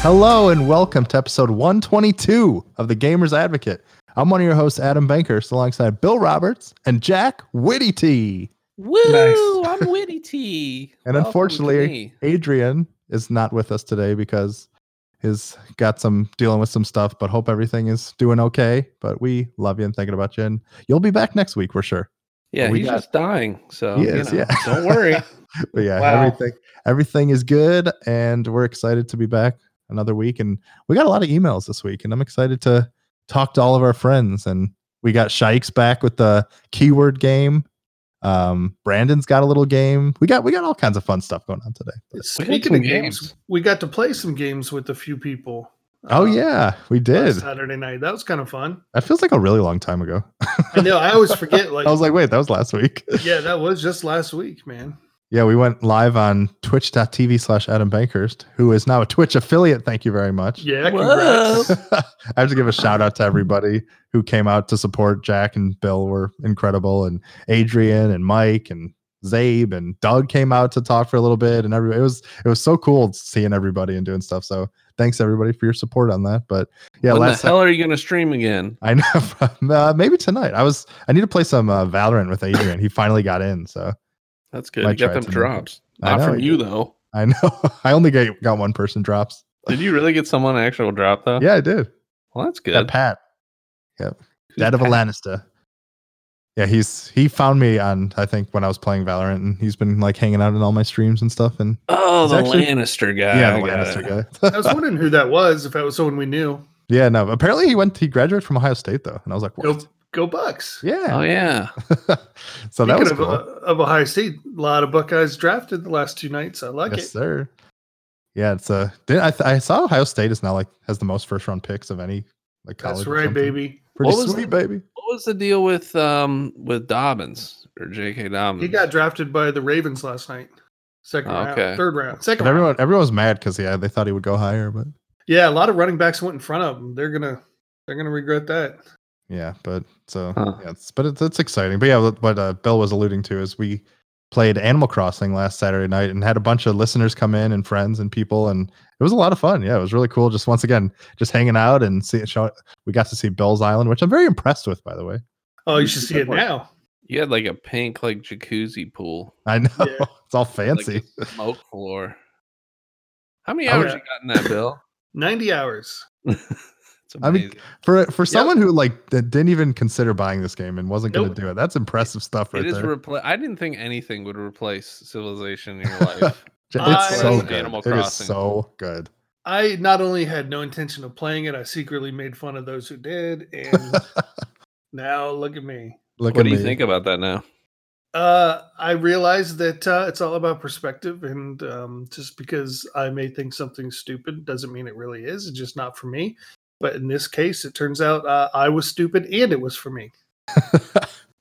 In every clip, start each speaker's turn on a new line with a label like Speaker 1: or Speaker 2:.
Speaker 1: Hello and welcome to episode 122 of The Gamers Advocate. I'm one of your hosts, Adam Bankhurst, alongside Bill Roberts and Jack Witty T.
Speaker 2: Woo!
Speaker 3: Nice.
Speaker 2: I'm Witty T.
Speaker 1: And
Speaker 2: Welcome to
Speaker 1: unfortunately-
Speaker 2: me.
Speaker 1: Adrian is not with us today because he's got some dealing with some stuff, but hope everything is doing okay. But we love you and thinking about you. And you'll be back next week, we're sure.
Speaker 2: yeah,
Speaker 1: we
Speaker 2: he's
Speaker 1: got-
Speaker 2: just dying. So
Speaker 1: He
Speaker 2: you
Speaker 1: is,
Speaker 2: know,
Speaker 1: yeah.
Speaker 2: don't worry.
Speaker 1: But yeah,
Speaker 3: Wow.
Speaker 1: everything everything is good and we're excited to be back another week. And we got a lot of emails this week, and I'm excited to talk to all of our friends. And we got Shikes back with the keyword game. Um, Brandon's got a little game. We got we got all kinds of fun stuff going on today.
Speaker 3: Speaking
Speaker 2: some
Speaker 3: of games,
Speaker 2: games.
Speaker 3: we got to play some games with a few people.
Speaker 1: Oh
Speaker 3: uh,
Speaker 1: yeah, we
Speaker 3: last
Speaker 1: did.
Speaker 3: Saturday night. That was kind of fun.
Speaker 1: That feels like a really long time ago.
Speaker 3: I know. I always forget. Like,
Speaker 1: I was like, wait, that was last week.
Speaker 3: yeah, that was just last week, man.
Speaker 1: Yeah, we went live on twitch.tv slash Adam Bankhurst, who is now a Twitch affiliate. Thank you very much.
Speaker 3: Yeah,
Speaker 2: Whoa.
Speaker 3: congrats.
Speaker 1: I have to give a shout out to everybody who came out to support Jack and Bill were incredible, and Adrian and Mike and Zabe and Doug came out to talk for a little bit, and everybody it was it was so cool seeing everybody and doing stuff. So thanks everybody for your support on that. But yeah,
Speaker 2: when
Speaker 1: last
Speaker 2: the hell are you going to stream again?
Speaker 1: I know uh, maybe tonight I was I need to play some uh, Valorant with Adrian. he finally got in, so
Speaker 2: That's good.
Speaker 1: Might
Speaker 2: you got
Speaker 1: try
Speaker 2: them
Speaker 1: tonight.
Speaker 2: drops.
Speaker 1: I
Speaker 2: Not
Speaker 1: know
Speaker 2: from
Speaker 1: I
Speaker 2: you though.
Speaker 1: I know I only get, got one person drops.
Speaker 2: Did you really get someone actual drop though?
Speaker 1: Yeah, I did.
Speaker 2: Well, that's
Speaker 1: Yeah,
Speaker 2: good.
Speaker 1: Pat. Yep. Dad of a
Speaker 2: Pat?
Speaker 1: Lannister. Yeah, he's he found me on I think when I was playing Valorant and he's been like hanging out in all my streams and stuff and
Speaker 2: Oh,
Speaker 1: It's
Speaker 2: the
Speaker 1: actually-
Speaker 2: Lannister guy.
Speaker 1: yeah, the
Speaker 2: I got it.
Speaker 1: Lannister
Speaker 3: I was
Speaker 1: guy.
Speaker 3: wondering who that was. If that was someone we knew.
Speaker 1: yeah, no. Apparently he went he graduated from Ohio State though. And I was like,
Speaker 3: Go,
Speaker 1: what?
Speaker 3: go Bucks.
Speaker 2: Oh
Speaker 1: Yeah.
Speaker 2: yeah.
Speaker 1: so that was
Speaker 3: of,
Speaker 1: cool.
Speaker 3: uh, of Ohio State, a lot of Buckeyes drafted the last two nights. I like
Speaker 1: yes,
Speaker 3: it.
Speaker 1: sir. Yeah, it's uh did I, I saw Ohio State is now like has the most first round picks of any like college.
Speaker 3: That's
Speaker 1: or
Speaker 3: right,
Speaker 1: something.
Speaker 3: baby.
Speaker 1: Pretty
Speaker 2: What was
Speaker 1: sweet, baby.
Speaker 2: What was the deal with um with Dobbins or J.K. Dobbins?
Speaker 3: He got drafted by the Ravens last night. Second
Speaker 2: Okay.
Speaker 3: round, third round,
Speaker 1: But
Speaker 3: second.
Speaker 1: Oh, everyone
Speaker 3: round.
Speaker 1: everyone was mad because yeah, they thought he would go higher, but
Speaker 3: Yeah, a lot of running backs went in front of him. They're gonna, they're gonna regret that.
Speaker 1: Yeah, but so
Speaker 2: Huh.
Speaker 1: yeah, it's, but it's, it's exciting. But yeah, what- what uh, Bill was alluding to is we played Animal Crossing last Saturday night and had a bunch of listeners come in and friends and people, and it was a lot of fun. Yeah, it was really cool. Just once again, just hanging out and see show, We got to see Bill's Island, which I'm very impressed with, by the way.
Speaker 3: Oh, you should see it
Speaker 2: Good work.
Speaker 3: now.
Speaker 2: You had like a pink like jacuzzi pool.
Speaker 1: I know
Speaker 3: Yeah.
Speaker 1: it's all
Speaker 2: like,
Speaker 1: fancy.
Speaker 2: a smoke floor. How many
Speaker 1: I
Speaker 2: hours
Speaker 3: would-
Speaker 2: you got in that bill?
Speaker 3: 90 hours.
Speaker 2: It's
Speaker 1: I mean,
Speaker 2: amazing.
Speaker 1: for for someone who like that didn't even consider buying this game and wasn't going
Speaker 3: Nope.
Speaker 1: to do it, that's impressive stuff right
Speaker 2: it is
Speaker 1: there.
Speaker 2: repla- I didn't think anything would replace civilization in your life.
Speaker 1: J-
Speaker 3: I
Speaker 1: it's so
Speaker 3: love
Speaker 1: good.
Speaker 2: Animal
Speaker 1: it is
Speaker 2: Crossing.
Speaker 1: so good.
Speaker 3: I not only had no intention of playing it, I secretly made fun of those who did. And now look at me.
Speaker 1: Look
Speaker 2: what
Speaker 1: at
Speaker 2: do you
Speaker 1: me.
Speaker 2: think about that now?
Speaker 3: Uh, I realized that uh, it's all about perspective. And um, just because I may think something's stupid doesn't mean it really is. It's just not for me. But in this case, it turns out uh, I was stupid and it was for me.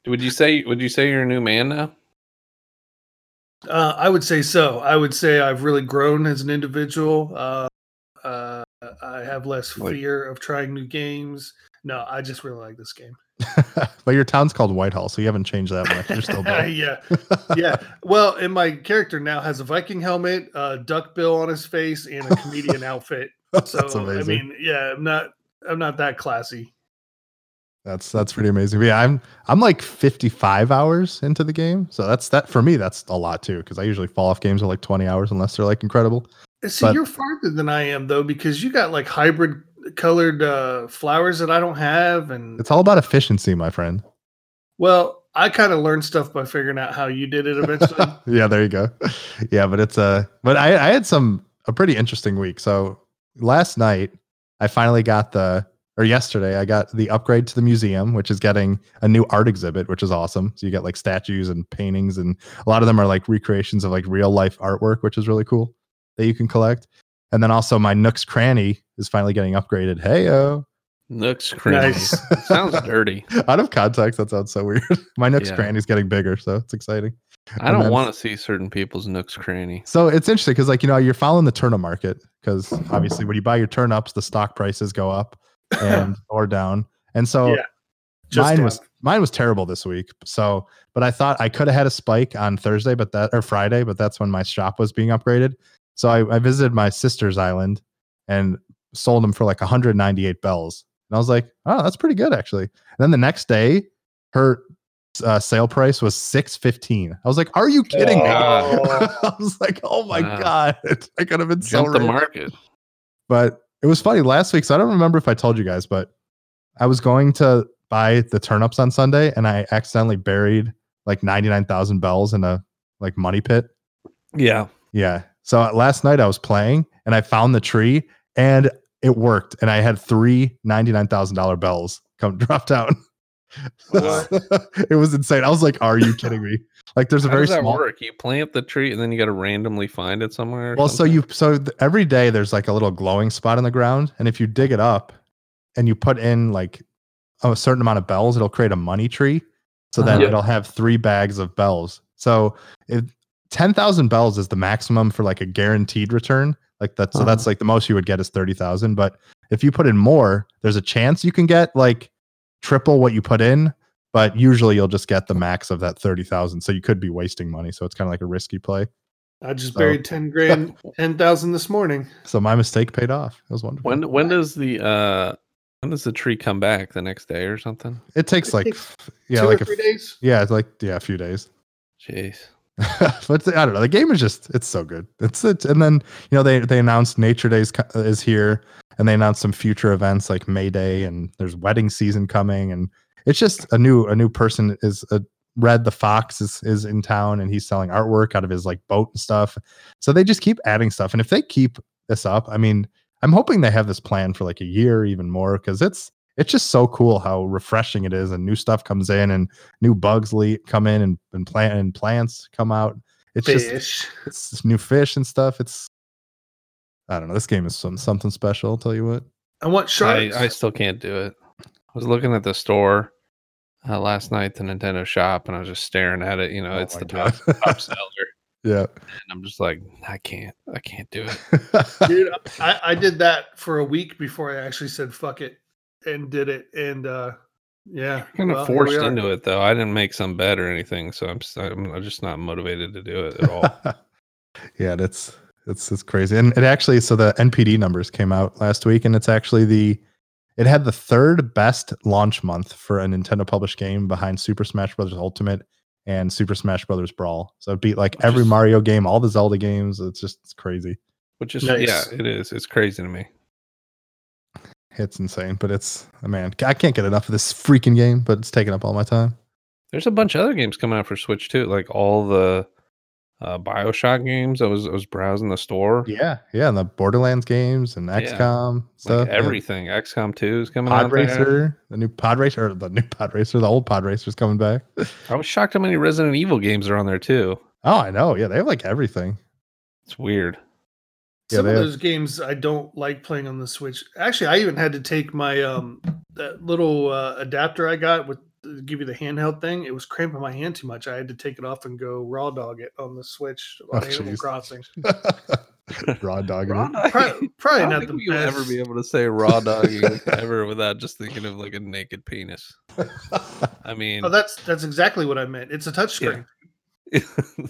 Speaker 2: Would you say would you say you're a new man now?
Speaker 3: Uh, I would say so. I would say I've really grown as an individual. Uh, uh, I have less
Speaker 2: Like-
Speaker 3: fear of trying new games. No, I just really like this game.
Speaker 1: but your town's called Whitehall, so you haven't changed that much. You're still Bill.
Speaker 3: yeah, yeah. Well, and my character now has a Viking helmet, a duck bill on his face, and a comedian outfit. So
Speaker 1: that's amazing.
Speaker 3: I mean, yeah, I'm not, I'm not that classy.
Speaker 1: that's that's pretty amazing. But yeah, I'm I'm like 55 hours into the game, so that's that for me. That's a lot too, because I usually fall off games at like 20 hours unless they're like incredible.
Speaker 3: See,
Speaker 1: But-
Speaker 3: you're farther than I am though, because you got like hybrid colored uh, flowers that I don't have, and
Speaker 1: It's all about efficiency, my friend.
Speaker 3: well, I kind of learned stuff by figuring out how you did it eventually.
Speaker 1: yeah, there you go. Yeah, but it's a but I I had some a pretty interesting week. So last night I finally got the or yesterday I got the upgrade to the museum, which is getting a new art exhibit, which is awesome. So you get like statues and paintings, and a lot of them are like recreations of like real life artwork, which is really cool that you can collect. And then also my Nooks Cranny is finally getting upgraded. Hey oh.
Speaker 2: Looks crazy.
Speaker 3: Nice.
Speaker 2: Sounds dirty.
Speaker 1: Out of context, that sounds so weird. My Nooks
Speaker 2: Yeah.
Speaker 1: Cranny is getting bigger, so it's exciting.
Speaker 2: I don't
Speaker 1: then-
Speaker 2: want to see certain people's nooks cranny.
Speaker 1: So it's interesting because, like, you know, you're following the turnip market because obviously when you buy your turnips, the stock prices go up and or down. And so
Speaker 3: Yeah, Just
Speaker 1: mine
Speaker 3: down.
Speaker 1: was mine was terrible this week. So, but I thought I could have had a spike on Thursday, but that or Friday, but that's when my shop was being upgraded. So I, I visited my sister's island and sold them for like 198 bells. And I was like, oh, that's pretty good actually. And then the next day, her uh, sale price was 615. I was like, are you kidding me?
Speaker 3: Oh.
Speaker 1: I was like, oh my
Speaker 2: Wow.
Speaker 1: god, I could have been so
Speaker 2: Jump the
Speaker 1: rich.
Speaker 2: market.
Speaker 1: But it was funny last week. So I don't remember if I told you guys, but I was going to buy the turnips on Sunday, and I accidentally buried like ninety nine thousand bells in a like money pit.
Speaker 2: Yeah.
Speaker 1: Yeah. So uh, last night I was playing, and I found the tree, and it worked, and I had three ninety nine thousand dollar bells come drop down.
Speaker 2: Wow.
Speaker 1: it was insane. I was like, "Are you kidding me?" Like, there's a
Speaker 2: How
Speaker 1: very
Speaker 2: does that
Speaker 1: small
Speaker 2: work? You plant the tree and then you got to randomly find it somewhere. or
Speaker 1: Well, so
Speaker 2: something?
Speaker 1: you so th- every day there's like a little glowing spot in the ground, and if you dig it up and you put in like a certain amount of bells, it'll create a money tree. So then
Speaker 2: Uh-huh. Yeah.
Speaker 1: it'll have three bags of bells. So if ten thousand bells is the maximum for like a guaranteed return, like that. So that's like the most you would get is thirty thousand. But if you put in more, there's a chance you can get like triple what you put in. But usually you'll just get the max of that thirty thousand. So you could be wasting money. So it's kind of like a risky play.
Speaker 3: I just
Speaker 1: So-
Speaker 3: buried ten grand, ten thousand this morning.
Speaker 1: So my mistake paid off. It was wonderful.
Speaker 2: when when does the uh when does the tree come back the next day or something?
Speaker 1: It takes
Speaker 3: It
Speaker 1: like
Speaker 3: takes
Speaker 1: f- yeah,
Speaker 3: Two
Speaker 1: like
Speaker 3: or
Speaker 1: a
Speaker 3: three
Speaker 1: f-
Speaker 3: days.
Speaker 1: yeah, it's like yeah, a few days.
Speaker 2: Jeez.
Speaker 1: but the- I don't know. The game is just it's so good. It's it, and then you know they they announced Nature Days co- is here, and they announced some future events like May Day, and there's wedding season coming, and it's just a new a new person is a Red the Fox is is in town, and he's selling artwork out of his like boat and stuff. So they just keep adding stuff, and if they keep this up, I mean, I'm hoping they have this plan for like a year, even more, because it's it's just so cool how refreshing it is, and new stuff comes in, and new bugs le- come in and, and plant and plants come out. It's just
Speaker 3: Fish.
Speaker 1: it's just new fish and stuff. It's I don't know. This game is some something special. I'll tell you what.
Speaker 3: I want
Speaker 2: I,
Speaker 3: sharks.
Speaker 2: I still can't do it. I was looking at the store uh, last night, the Nintendo shop, and I was just staring at it. You know,
Speaker 1: Oh
Speaker 2: Uh, it's
Speaker 1: my
Speaker 2: the
Speaker 1: God.
Speaker 2: top, top seller,
Speaker 1: Yeah,
Speaker 2: and I'm just like, I can't, I can't do it.
Speaker 3: Dude, I, I did that for a week before I actually said fuck it and did it. And uh yeah.
Speaker 2: Kind of
Speaker 3: well, here we
Speaker 2: forced
Speaker 3: are.
Speaker 2: into it though. I didn't make some bet or anything, so I'm s- I'm I'm just not motivated to do it at all.
Speaker 1: yeah, that's it's it's crazy. And it actually so the NPD numbers came out last week, and it's actually the it had the third best launch month for a Nintendo published game behind Super Smash Bros. Ultimate and Super Smash Bros. Brawl. So it beat like
Speaker 2: Which
Speaker 1: every
Speaker 2: is-
Speaker 1: Mario game, all the Zelda games. It's just it's crazy.
Speaker 2: Which is
Speaker 3: Nice.
Speaker 2: yeah, it is. It's crazy to me.
Speaker 1: It's insane, but it's oh, man, I can't get enough of this freaking game. But it's taking up all my time.
Speaker 2: There's a bunch of other games coming out for Switch too, like all the uh, Bioshock games. I was I was browsing the store.
Speaker 1: Yeah, yeah, and the Borderlands games and
Speaker 2: Yeah.
Speaker 1: XCOM stuff.
Speaker 2: Like
Speaker 1: yeah.
Speaker 2: everything. XCOM 2 is coming
Speaker 1: Pod
Speaker 2: out. There.
Speaker 1: Racer, the new Pod Racer, or the new Pod Racer, the old Pod Racer is coming back.
Speaker 2: I was shocked how many Resident Evil games are on there too.
Speaker 1: Oh, I know. Yeah, they have like everything.
Speaker 2: It's weird.
Speaker 1: Yeah,
Speaker 3: Some
Speaker 1: they
Speaker 3: of
Speaker 1: have-
Speaker 3: those games I don't like playing on the Switch. Actually, I even had to take my um that little uh, adapter I got with to give you the handheld thing. It was cramping my hand too much. I had to take it off and go raw dog it on the Switch on
Speaker 1: Oh,
Speaker 3: Animal
Speaker 1: jeez.
Speaker 3: Crossing.
Speaker 1: Raw dog.
Speaker 2: Raw
Speaker 1: it.
Speaker 2: dog- I
Speaker 3: Probably, probably
Speaker 2: don't
Speaker 3: not
Speaker 2: think
Speaker 3: the
Speaker 2: we'll
Speaker 3: best.
Speaker 2: ever be able to say raw dogging ever without just thinking of like a naked penis. I mean,
Speaker 3: oh, that's that's exactly what I meant. It's a touchscreen.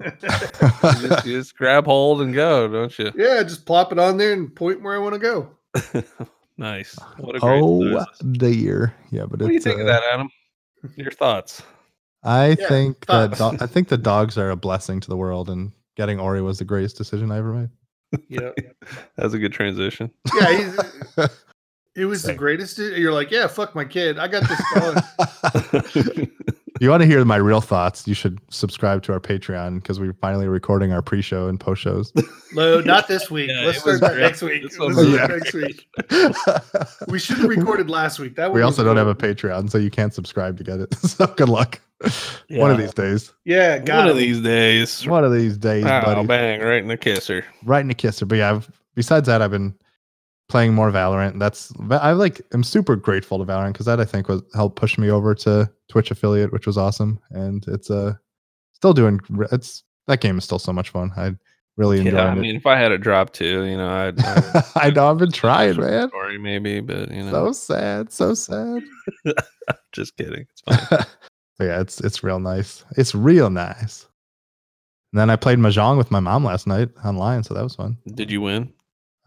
Speaker 3: Yeah.
Speaker 2: you just, you just grab hold and go, don't you?
Speaker 3: yeah, just plop it on there and point where I want to go.
Speaker 2: nice. What a great
Speaker 1: oh
Speaker 2: service.
Speaker 1: dear. Yeah, but
Speaker 2: What do you
Speaker 1: it's,
Speaker 2: think of
Speaker 1: uh,
Speaker 2: that, Adam? Your thoughts?
Speaker 1: I
Speaker 3: Yeah,
Speaker 1: think that
Speaker 3: thoughts.
Speaker 1: do- I think the dogs are a blessing to the world, and getting Ori was the greatest decision I ever made.
Speaker 3: Yeah.
Speaker 2: That was a good transition.
Speaker 3: Yeah, he's- it was the
Speaker 1: Same.
Speaker 3: greatest. uh, You're like, yeah, fuck my kid. I got this dog.
Speaker 1: you want to hear my real thoughts? You should subscribe to our Patreon because we're finally recording our pre-show and post-shows.
Speaker 3: No, not this week.
Speaker 2: Yeah,
Speaker 3: Let's
Speaker 2: it was
Speaker 3: start that
Speaker 2: great.
Speaker 3: next week.
Speaker 2: This
Speaker 3: This
Speaker 2: one
Speaker 3: is
Speaker 1: was
Speaker 3: next week. We should have recorded last week. That
Speaker 1: we
Speaker 3: one
Speaker 1: also
Speaker 3: was
Speaker 1: don't have a
Speaker 3: cool.
Speaker 1: Patreon, so you can't subscribe to get it. so good luck. One of
Speaker 2: Yeah.
Speaker 1: these days.
Speaker 3: Yeah, got
Speaker 2: One of
Speaker 3: him.
Speaker 2: these days.
Speaker 1: One of these days,
Speaker 2: Pow,
Speaker 1: buddy.
Speaker 2: bang, right in the kisser.
Speaker 1: Right in the kisser. But yeah, I've, besides that, I've been playing more Valorant. That's I like. I'm super grateful to Valorant because that I think was helped push me over to Twitch affiliate, which was awesome. And it's uh still doing. It's that game is still so much fun. I really enjoyed
Speaker 2: Yeah, I
Speaker 1: it.
Speaker 2: mean, if I had a drop too, you know, I'd, I'd
Speaker 1: I know I've been trying, man.
Speaker 2: story maybe, but you know,
Speaker 1: So sad, so sad.
Speaker 2: just kidding. It's fine.
Speaker 1: But yeah, it's it's real nice. It's real nice. And then I played mahjong with my mom last night online, so that was fun.
Speaker 2: Did you win?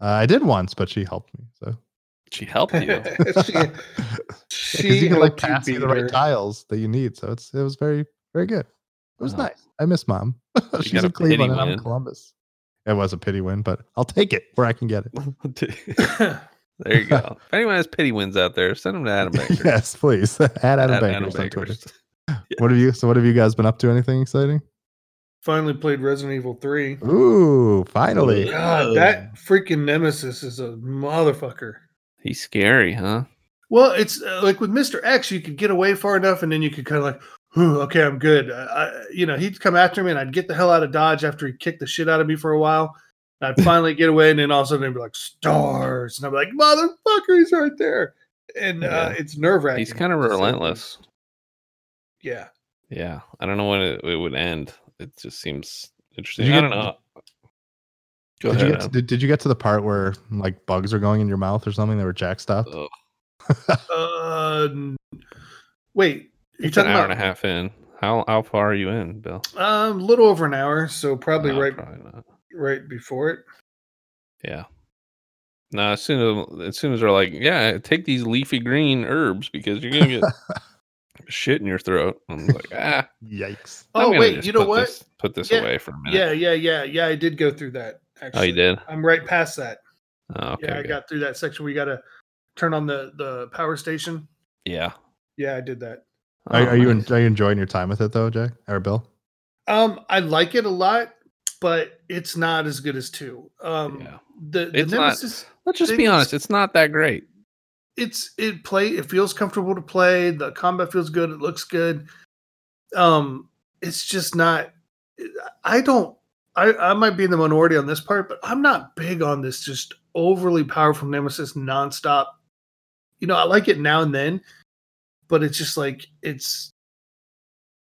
Speaker 1: Uh, I did once, but she helped me. So
Speaker 2: She helped you.
Speaker 1: because
Speaker 3: she
Speaker 1: you can like
Speaker 3: helped you
Speaker 1: pass you
Speaker 3: beat
Speaker 1: the right
Speaker 3: her.
Speaker 1: tiles that you need. So it's it was very very good. It was
Speaker 2: Wow.
Speaker 1: nice. I miss mom. She's
Speaker 2: got a
Speaker 1: in Cleveland
Speaker 2: pity
Speaker 1: and I'm in
Speaker 2: win.
Speaker 1: Columbus. It was a pity win, but I'll take it where I can get it.
Speaker 2: there you go. If anyone has pity wins out there, send them to Adam Baker.
Speaker 1: yes, please. Add Adam,
Speaker 2: At
Speaker 1: Bankers on Twitter. What have you? So what have you guys been up to? Anything exciting?
Speaker 3: Finally played Resident Evil 3.
Speaker 1: Ooh,
Speaker 3: Oh,
Speaker 1: finally.
Speaker 3: God, that freaking nemesis is a motherfucker.
Speaker 2: He's scary, huh?
Speaker 3: Well, it's uh, like with Mr. X, you could get away far enough and then you could kind of like, "Whew, okay, I'm good. I, I, you know, he'd come after me and I'd get the hell out of Dodge after he kicked the shit out of me for a while. And I'd finally get away and then all of a sudden they'd be like, stars. And I'd be like, motherfucker, he's right there. And uh,
Speaker 2: Yeah.
Speaker 3: it's nerve wracking.
Speaker 2: He's kind of relentless.
Speaker 3: Yeah.
Speaker 2: Yeah, I don't know when it, it would end. It just seems interesting.
Speaker 1: you
Speaker 2: I
Speaker 1: get-
Speaker 2: don't know. Go
Speaker 1: Did you, get to,
Speaker 2: Adam.
Speaker 1: did, did you get to the part where like bugs are going in your mouth or something? They were jacked up.
Speaker 2: Ugh,
Speaker 3: Uh, n- wait, you're
Speaker 2: it's an
Speaker 3: talking
Speaker 2: hour and
Speaker 3: about
Speaker 2: a half in. How how far are you in, Bill?
Speaker 3: um, a little over an hour. So probably
Speaker 2: No,
Speaker 3: right,
Speaker 2: Probably not.
Speaker 3: right before it.
Speaker 2: Yeah. No, as soon as as soon as they're like, yeah, take these leafy green herbs because you're gonna get shit in your throat. I'm like, ah.
Speaker 1: Yikes.
Speaker 2: I'm
Speaker 3: Oh,
Speaker 2: gonna
Speaker 3: wait,
Speaker 2: just
Speaker 3: you know
Speaker 2: put
Speaker 3: what?
Speaker 2: this- put this
Speaker 3: Yeah,
Speaker 2: away for a minute.
Speaker 3: Yeah, yeah, yeah, yeah. I did go through that. Actually.
Speaker 2: Oh, you did.
Speaker 3: I'm right past that.
Speaker 2: Oh, okay.
Speaker 3: yeah, I
Speaker 2: good.
Speaker 3: got through that section. We got to turn on the the power station.
Speaker 2: Yeah.
Speaker 3: Yeah, I did that.
Speaker 1: Are,
Speaker 2: Oh,
Speaker 1: are you en-
Speaker 2: nice.
Speaker 1: are you enjoying your time with it though, Jack or Bill?
Speaker 3: Um, I like it a lot, but it's not as good as two. Um,
Speaker 2: Yeah.
Speaker 3: the, the
Speaker 2: It's not-
Speaker 3: Nemesis,
Speaker 2: Let's just be
Speaker 3: things-
Speaker 2: honest. It's not that great.
Speaker 3: it's it play. It feels comfortable to play. The combat feels good. It looks good. Um, it's just not. I don't. I I might be in the minority on this part, but I'm not big on this just overly powerful Nemesis nonstop. You know, I like it now and then, but it's just like it's.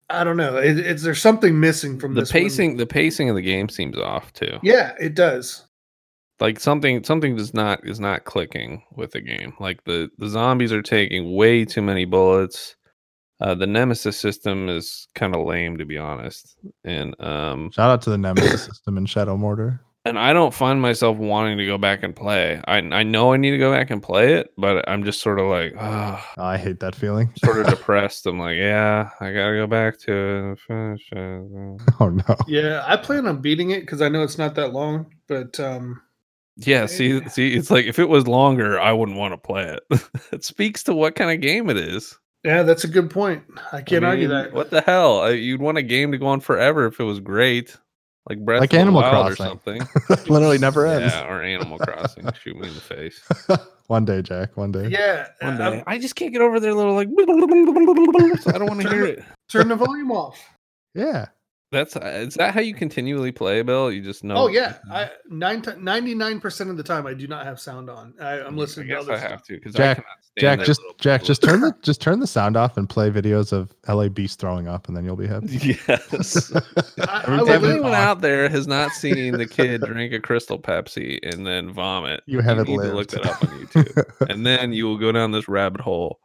Speaker 3: I don't know. It, it's there's something missing from
Speaker 2: The
Speaker 3: this one.
Speaker 2: pacing, the pacing of the game seems off too.
Speaker 3: Yeah, it does.
Speaker 2: like something something does not is not clicking with the game like the the zombies are taking way too many bullets uh the nemesis system is kind of lame to be honest and um
Speaker 1: Shout out to the Nemesis system and Shadow Mortar.
Speaker 2: and i don't find myself wanting to go back and play i i know i need to go back and play it but i'm just sort of like ah
Speaker 1: Oh, I hate that feeling.
Speaker 2: sort of depressed i'm like yeah i gotta go back to it and finish it.
Speaker 1: Oh no.
Speaker 3: Yeah, I plan on beating it because I know it's not that long, but um.
Speaker 2: yeah see see it's like if it was longer i wouldn't want to play it it speaks to what kind of game it is
Speaker 3: Yeah, that's a good point. I
Speaker 2: I
Speaker 3: can't argue
Speaker 2: mean,
Speaker 3: that.
Speaker 2: What the hell? I, you'd want a game to go on forever if it was great, like Breath
Speaker 1: Like
Speaker 2: of the
Speaker 1: Animal
Speaker 2: Wild or
Speaker 1: Crossing.
Speaker 2: something.
Speaker 1: Literally never ends.
Speaker 2: Yeah, or Animal Crossing. Shoot me in the face.
Speaker 1: one day, Jack. One day.
Speaker 3: Yeah,
Speaker 2: One
Speaker 3: uh,
Speaker 2: day. I just can't get over their little like. so I don't want to hear it.
Speaker 3: turn the volume off.
Speaker 1: Yeah.
Speaker 2: That's uh, is that how you continually play, Bill? You just know.
Speaker 3: Oh yeah, I nine ninety nine percent of the time I do not have sound on. I, I'm listening
Speaker 2: Mm, I
Speaker 3: to
Speaker 2: guess
Speaker 3: other
Speaker 2: I
Speaker 3: stuff.
Speaker 2: have to because
Speaker 1: Jack- Jack, just
Speaker 2: little,
Speaker 1: Jack, just turn the just turn the sound off and play videos of LA Beast throwing up, and then you'll be happy.
Speaker 2: Yes.
Speaker 3: I-
Speaker 1: mean,
Speaker 3: I
Speaker 2: If
Speaker 3: would
Speaker 1: David,
Speaker 3: live-
Speaker 2: anyone out there has not seen the kid drink a crystal Pepsi and then vomit,
Speaker 1: You haven't
Speaker 2: need to
Speaker 1: lived.
Speaker 2: look that up on YouTube. and then you will go down this rabbit hole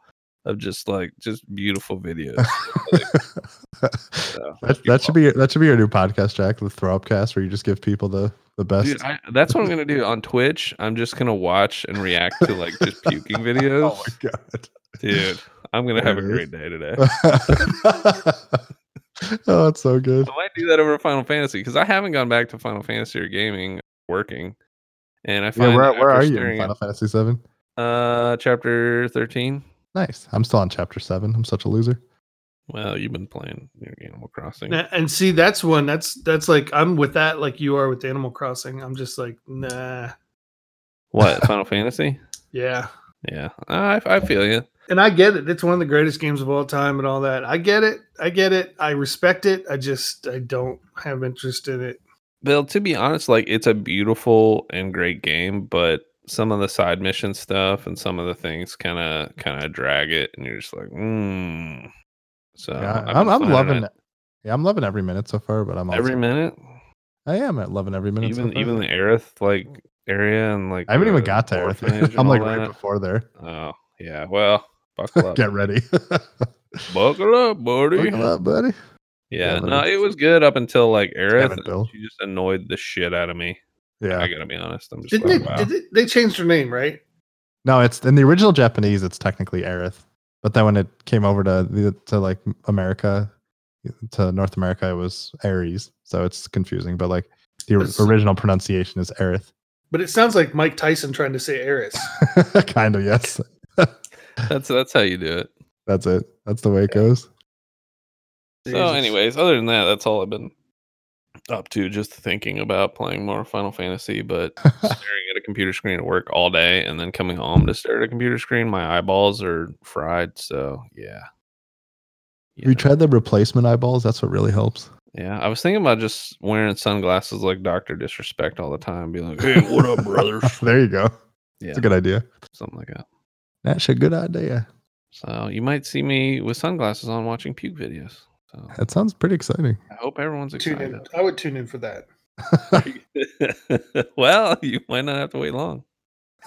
Speaker 2: of just like just beautiful videos. So,
Speaker 1: that,
Speaker 2: you're
Speaker 1: that should be your- that should be your new podcast, Jack. The Throw Up Cast, where you just give people the the best.
Speaker 2: Dude, I, that's what I'm gonna do on Twitch. I'm just gonna watch and react to like just puking videos.
Speaker 1: oh my god.
Speaker 2: Dude, I'm gonna have a
Speaker 1: Hilarious.
Speaker 2: great day today.
Speaker 1: oh, that's so good.
Speaker 2: I might do that over Final Fantasy because I haven't gone back to Final Fantasy or gaming working. And I
Speaker 1: Yeah,
Speaker 2: find
Speaker 1: where,
Speaker 2: that
Speaker 1: where
Speaker 2: after
Speaker 1: are you in
Speaker 2: staring at-
Speaker 1: Final Fantasy Seven?
Speaker 2: Uh, chapter thirteen.
Speaker 1: Nice. I'm still on chapter seven. I'm such a loser.
Speaker 2: Well, you've been playing your Animal Crossing.
Speaker 3: Na- and see, that's one. That's that's like I'm with that, like you are with Animal Crossing. I'm just like, nah,
Speaker 2: What Final Fantasy?
Speaker 3: yeah.
Speaker 2: Yeah, I, I feel you.
Speaker 3: And I get it. It's one of the greatest games of all time, and all that. I get it. I get it. I respect it. I just I don't have interest in it.
Speaker 2: Bill, to be honest, like it's a beautiful and great game, but some of the side mission stuff and some of the things kind of kind of drag it, and you're just like, hmm. So
Speaker 1: yeah,
Speaker 2: I've been
Speaker 1: I'm, I'm
Speaker 2: finding
Speaker 1: loving
Speaker 2: it
Speaker 1: it. Yeah, I'm loving every minute so far, but I'm also,
Speaker 2: every minute,
Speaker 1: I am at loving every minute. so
Speaker 2: even
Speaker 1: far.
Speaker 2: even the Aerith like area and like
Speaker 1: I haven't even
Speaker 2: the
Speaker 1: got there.
Speaker 2: orphanage and
Speaker 1: I'm like
Speaker 2: all
Speaker 1: right
Speaker 2: that. Uh,
Speaker 1: before there.
Speaker 2: Oh yeah, well, buckle up,
Speaker 1: Get ready.
Speaker 2: buckle up, buddy.
Speaker 1: Buckle up, buddy.
Speaker 2: Yeah,
Speaker 1: but
Speaker 2: no,
Speaker 1: it's-
Speaker 2: it was good up until like Aerith.
Speaker 1: Bill.
Speaker 2: She just annoyed the shit out of me.
Speaker 1: Yeah.
Speaker 2: I gotta be honest. I'm just
Speaker 3: Didn't
Speaker 2: like,
Speaker 3: they,
Speaker 2: wow.
Speaker 3: did they? They changed their name, right?
Speaker 1: No, it's in the original Japanese. It's technically Aerith, but then when it came over to the, to like America, to North America, it was Aries. So it's confusing. But like the
Speaker 3: It's-
Speaker 1: original pronunciation is Aerith.
Speaker 3: But it sounds like Mike Tyson trying to say Eris.
Speaker 1: kind of yes.
Speaker 2: that's that's how you do it.
Speaker 1: That's it. That's the way it goes.
Speaker 2: So, anyways, other than that, that's all I've been up to. Just thinking about playing more Final Fantasy, but staring at a computer screen at work all day, and then coming home to stare at a computer screen, my eyeballs are fried. So, yeah. You
Speaker 1: We
Speaker 2: know.
Speaker 1: tried the replacement eyeballs. That's what really helps.
Speaker 2: Yeah, I was thinking about just wearing sunglasses like Doctor Disrespect all the time, be like, "Hey, what up, brothers?"
Speaker 1: there you go.
Speaker 2: yeah,
Speaker 1: It's a good idea.
Speaker 2: something like that.
Speaker 1: That's a good idea.
Speaker 2: So you might see me with sunglasses on watching puke videos. So
Speaker 1: That sounds pretty exciting.
Speaker 2: I hope everyone's
Speaker 3: tune in.
Speaker 2: excited.
Speaker 3: I would tune in for that.
Speaker 2: well, you might not have to wait long.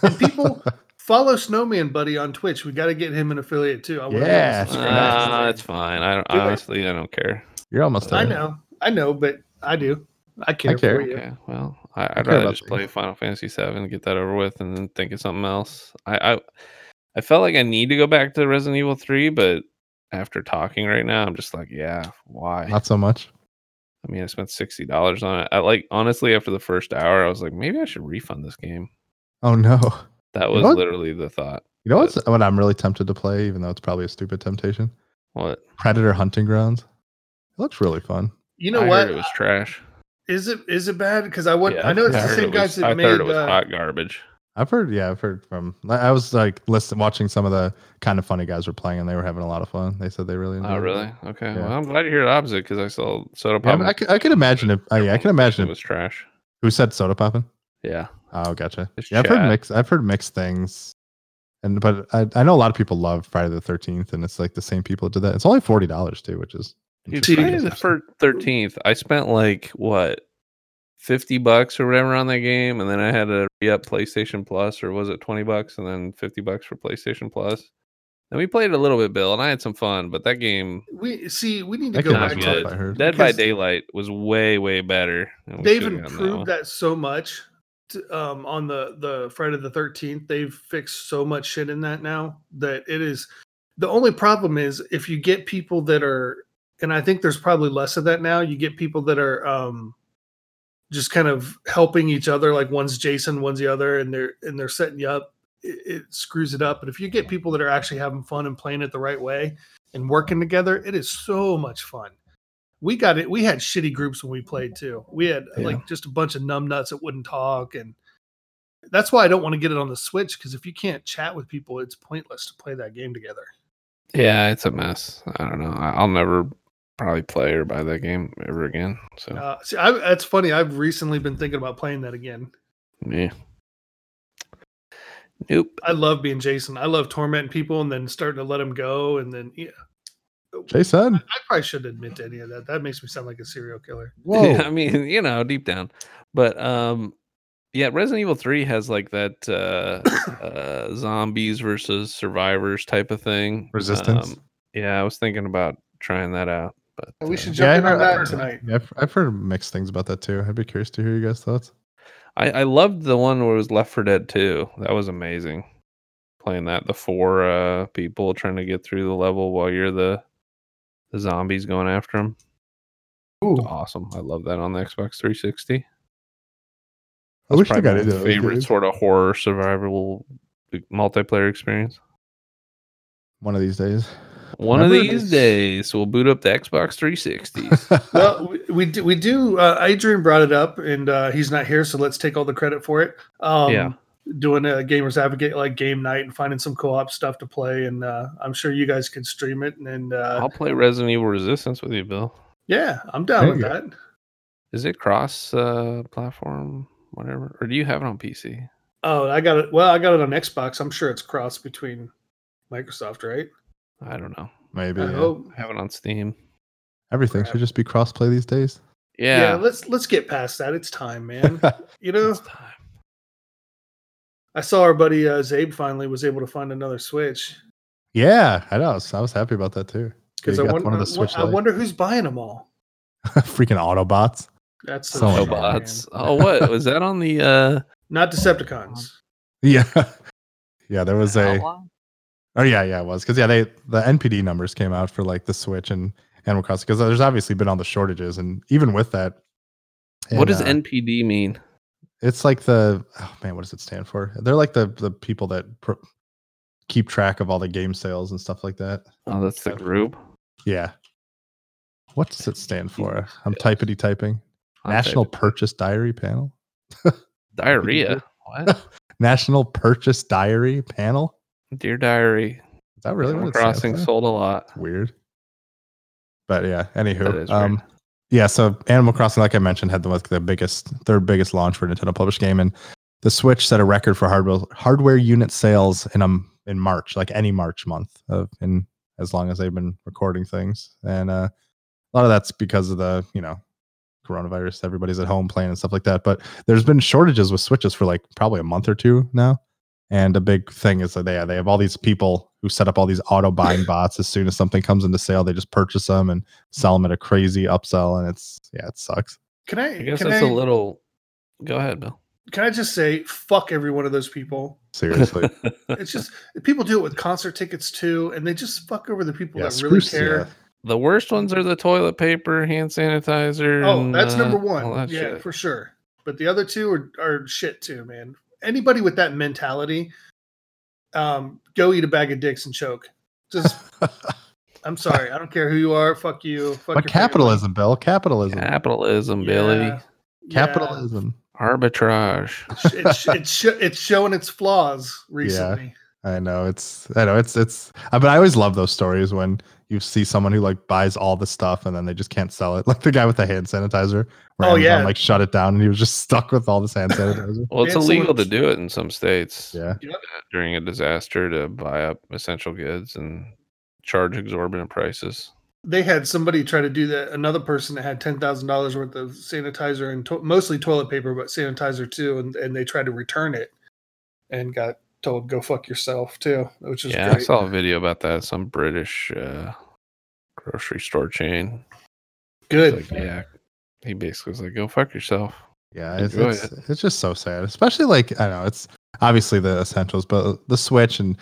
Speaker 3: And people follow Snowman Buddy on Twitch. We got to get him an affiliate too. I wanna be on
Speaker 1: Yeah,
Speaker 3: Snowman
Speaker 1: That's fair.
Speaker 2: Ah, That's
Speaker 3: Buddy.
Speaker 1: right.
Speaker 2: Uh, it's fine. I don't,
Speaker 3: Do it.
Speaker 2: honestly, I don't care.
Speaker 1: You're almost there.
Speaker 3: I know, I know, but I do. I care,
Speaker 1: care.
Speaker 3: for you.
Speaker 2: Okay. Well, I, I'd
Speaker 1: care
Speaker 2: rather
Speaker 1: about
Speaker 2: just
Speaker 1: the-
Speaker 2: play Final Fantasy VII, get that over with, and then think of something else. I, I, I felt like I need to go back to Resident Evil Three, but after talking right now, I'm just like, yeah, why?
Speaker 1: Not so much.
Speaker 2: I mean, I spent sixty dollars on it. I like honestly, after the first hour, I was like, maybe I should refund this game.
Speaker 1: Oh no.
Speaker 2: That
Speaker 1: You
Speaker 2: was
Speaker 1: know what?
Speaker 2: literally the thought.
Speaker 1: You know what's what I'm really tempted to play, even though it's probably a stupid temptation.
Speaker 2: What?
Speaker 1: Predator Hunting Grounds. It looks really fun.
Speaker 3: You know
Speaker 2: I
Speaker 3: what?
Speaker 2: Heard it was trash.
Speaker 3: Is it is it bad? Because I would.
Speaker 2: Yeah,
Speaker 3: I know it's
Speaker 1: yeah, I
Speaker 3: the
Speaker 2: heard
Speaker 3: same
Speaker 2: it
Speaker 3: guys
Speaker 2: was-
Speaker 3: that
Speaker 2: I
Speaker 3: made.
Speaker 2: heard it was
Speaker 3: uh,
Speaker 2: hot garbage.
Speaker 1: I've heard, yeah, I've heard from. I I was like listen, watching some of the kind of funny guys were playing, and they were having a lot of fun. They said they really. Enjoyed
Speaker 2: Oh,
Speaker 1: it.
Speaker 2: really? Okay.
Speaker 1: Yeah.
Speaker 2: Well, I'm glad to hear the opposite because I saw soda
Speaker 1: Yeah, I,
Speaker 2: pop.
Speaker 1: mean, I could, I could imagine if. Oh, yeah, I can
Speaker 2: it
Speaker 1: imagine if,
Speaker 2: was trash.
Speaker 1: who said soda popping.
Speaker 2: Yeah.
Speaker 1: Oh, gotcha.
Speaker 2: Just
Speaker 1: Yeah, I've heard
Speaker 2: chat.
Speaker 1: mixed. I've heard mixed things, and but I, I know a lot of people love Friday the Thirteenth, and it's like the same people that did that. It's only forty dollars too, which is
Speaker 2: Dude,
Speaker 1: interesting.
Speaker 2: Friday the thirteenth, I spent like what fifty bucks or whatever on that game, and then I had to re up PlayStation Plus, or was it twenty bucks and then fifty bucks for PlayStation Plus? And we played a little bit, Bill, and I had some fun, but that game
Speaker 3: we see. We need to
Speaker 1: That
Speaker 3: go
Speaker 1: game was
Speaker 3: back
Speaker 2: was
Speaker 3: to
Speaker 1: good.
Speaker 3: it.
Speaker 1: I heard.
Speaker 2: Dead by
Speaker 3: Because-
Speaker 2: Daylight was way, way better. and we
Speaker 3: They've
Speaker 2: should've gotten
Speaker 3: improved
Speaker 2: one.
Speaker 3: that, so much. To, um, on the the Friday the Thirteenth, they've fixed so much shit in that now that it is. The only problem is if you get people that are, and I think there's probably less of that now. You get people that are um, just kind of helping each other, like one's Jason, one's the other, and they're and they're setting you up. It, it screws it up. But if you get people that are actually having fun and playing it the right way and working together, it is so much fun. We got it. We had shitty groups when we played too. We had
Speaker 1: Yeah.
Speaker 3: like just a bunch of numbnuts that wouldn't talk, and that's why I don't want to get it on the Switch because if you can't chat with people, it's pointless to play that game together.
Speaker 2: Yeah, it's a mess. I don't know. I- I'll never probably play or buy that game ever again. So
Speaker 3: Uh, see, I, that's funny. I've recently been thinking about playing that again.
Speaker 2: yeah. Nope.
Speaker 3: I love being Jason. I love tormenting people and then starting to let them go. And then yeah,
Speaker 1: Jason.
Speaker 2: um,
Speaker 3: I probably shouldn't admit to any of that. That makes me sound like a serial killer.
Speaker 1: Whoa.
Speaker 2: Yeah, I mean, you know, deep down. But um yeah, Resident Evil 3 has like that uh uh zombies versus survivors type of thing. Um,
Speaker 1: Resistance?
Speaker 2: yeah, I was thinking about trying that out, but
Speaker 3: Oh, We
Speaker 2: uh,
Speaker 3: should
Speaker 1: Yeah, I
Speaker 3: jump in on
Speaker 1: heard- I-
Speaker 3: that tonight.
Speaker 1: Yeah, I've, I've heard mixed things about that too. I'd be curious to hear your guys' thoughts.
Speaker 2: I I loved the one where it was Left for Dead 2. That was amazing. Playing that the four uh people trying to get through the level while you're the the zombies going after them. Awesome. I love that on the Xbox 360.
Speaker 1: I wish I got
Speaker 2: probably
Speaker 1: into
Speaker 2: my
Speaker 1: those
Speaker 2: favorite
Speaker 1: games.
Speaker 2: sort of horror survival multiplayer experience.
Speaker 1: one of these days.
Speaker 2: One
Speaker 1: Remember
Speaker 2: of these
Speaker 1: this-
Speaker 2: days, we'll boot up the Xbox 360.
Speaker 3: Well, we, we do. We do uh, Adrian brought it up, and uh, he's not here, so let's take all the credit for it. Um,
Speaker 2: Yeah.
Speaker 3: Doing a gamers advocate like game night and finding some co-op stuff to play, and uh, I'm sure you guys can stream it. And, and uh,
Speaker 2: I'll play Resident Evil Resistance with you, Bill.
Speaker 3: yeah, I'm down
Speaker 1: There
Speaker 3: with
Speaker 1: you go.
Speaker 3: that.
Speaker 2: Is it cross uh, platform, whatever, or do you have it on PC?
Speaker 3: Oh, I got it. Well, I got it on Xbox. I'm sure it's cross between Microsoft, right?
Speaker 2: I don't know.
Speaker 1: Maybe
Speaker 3: I
Speaker 1: yeah.
Speaker 3: hope.
Speaker 2: I have it on Steam.
Speaker 1: everything
Speaker 3: crap.
Speaker 1: should just be cross-play these days.
Speaker 3: Yeah.
Speaker 2: Yeah,
Speaker 3: let's let's get past that. It's time, man. you know,
Speaker 2: it's time.
Speaker 3: I saw our buddy uh, Zabe finally was able to find another Switch
Speaker 1: yeah, I know. I was, I was happy about that too.
Speaker 3: because
Speaker 1: You
Speaker 3: I,
Speaker 1: got
Speaker 3: wonder-
Speaker 1: one of the
Speaker 3: I
Speaker 1: Switch
Speaker 3: wonder- I
Speaker 1: Lite.
Speaker 3: wonder who's buying them all.
Speaker 1: Freaking Autobots.
Speaker 3: That's
Speaker 1: So
Speaker 3: shit,
Speaker 1: annoying.
Speaker 2: Robots.
Speaker 3: man.
Speaker 2: Oh, what was that on the? uh
Speaker 3: Not
Speaker 2: Um,
Speaker 3: Decepticons.
Speaker 1: Yeah. Yeah, there was a
Speaker 2: Outlaw?
Speaker 1: Oh yeah, yeah, it was because yeah, they the NPD numbers came out for like the Switch and Animal Crossing because there's obviously been all the shortages and even with that,
Speaker 2: What does
Speaker 1: and, uh,
Speaker 2: NPD mean?
Speaker 1: It's like the oh man, what does it stand for? They're like the the people that pr- keep track of all the game sales and stuff like that.
Speaker 2: Oh, that's the group.
Speaker 1: Yeah. What does it stand for? I'm typity typing. National Purchase Diary Panel.
Speaker 2: diarrhea. What?
Speaker 1: National Purchase Diary Panel.
Speaker 2: Dear diary.
Speaker 1: Is that really
Speaker 2: Animal
Speaker 1: what it stands
Speaker 2: Crossing
Speaker 1: for?
Speaker 2: sold a lot.
Speaker 1: weird. But yeah,
Speaker 2: That
Speaker 1: anywho,
Speaker 2: is
Speaker 1: um,
Speaker 2: weird.
Speaker 1: yeah. So Animal Crossing, like I mentioned, had the like the biggest, third biggest launch for a Nintendo published game, and the Switch set a record for hardware hardware unit sales in um in March, like any March month of in as long as they've been recording things, and uh, a lot of that's because of the you know coronavirus. Everybody's at home playing and stuff like that. But there's been shortages with Switches for like probably a month or two now. And a big thing is that they they have all these people who set up all these auto buying bots. As soon as something comes into sale, they just purchase them and sell them at a crazy upsell. And it's yeah, it sucks.
Speaker 3: Can I?
Speaker 2: I guess
Speaker 3: can
Speaker 2: that's
Speaker 3: I,
Speaker 2: a little. Go ahead, Bill.
Speaker 3: Can I just say fuck every one of those people?
Speaker 1: Seriously,
Speaker 3: It's just people do it with concert tickets too, and they just fuck over the people
Speaker 1: yeah,
Speaker 3: that really
Speaker 1: screws-
Speaker 3: care.
Speaker 1: yeah.
Speaker 2: the worst ones are the toilet paper, hand sanitizer.
Speaker 3: Oh,
Speaker 2: and,
Speaker 3: that's
Speaker 2: uh,
Speaker 3: number
Speaker 2: all
Speaker 3: one.
Speaker 2: that
Speaker 3: Yeah,
Speaker 2: shit.
Speaker 3: for sure. But the other two are, are shit too, man. Anybody with that mentality, um, go eat a bag of dicks and choke. Just I'm sorry, I don't care who you are. Fuck you. Fuck
Speaker 1: but
Speaker 3: your family.
Speaker 1: capitalism, Bill, capitalism,
Speaker 2: Capitalism, Billy.
Speaker 3: Yeah, yeah.
Speaker 1: capitalism.
Speaker 2: Arbitrage.
Speaker 3: it's, it's, sho- it's showing its flaws recently.
Speaker 1: I know it's I know it's it's uh, but I always love those stories when you see someone who like buys all the stuff and then they just can't sell it. Like the guy with the hand sanitizer where
Speaker 3: Oh,
Speaker 1: Amazon
Speaker 3: yeah.
Speaker 1: like shut it down and he was just stuck with all this hand sanitizer.
Speaker 2: Well, it's
Speaker 3: And someone-
Speaker 2: illegal to do it in some states
Speaker 1: yeah.
Speaker 2: during a disaster to buy up essential goods and charge exorbitant prices.
Speaker 3: they had somebody try to do that. Another person that had ten thousand dollars worth of sanitizer and to- mostly toilet paper, but sanitizer too, and, and they tried to return it and got told go fuck yourself too, which is
Speaker 2: Yeah, I
Speaker 3: great.
Speaker 2: saw a video about that. Some British uh, grocery store chain.
Speaker 3: good.
Speaker 2: It's Like, yeah, he basically was like, "Go fuck yourself."
Speaker 1: Yeah, it's,
Speaker 2: Enjoy
Speaker 1: it's it's just so sad. Especially like I know it's obviously the essentials, but the Switch and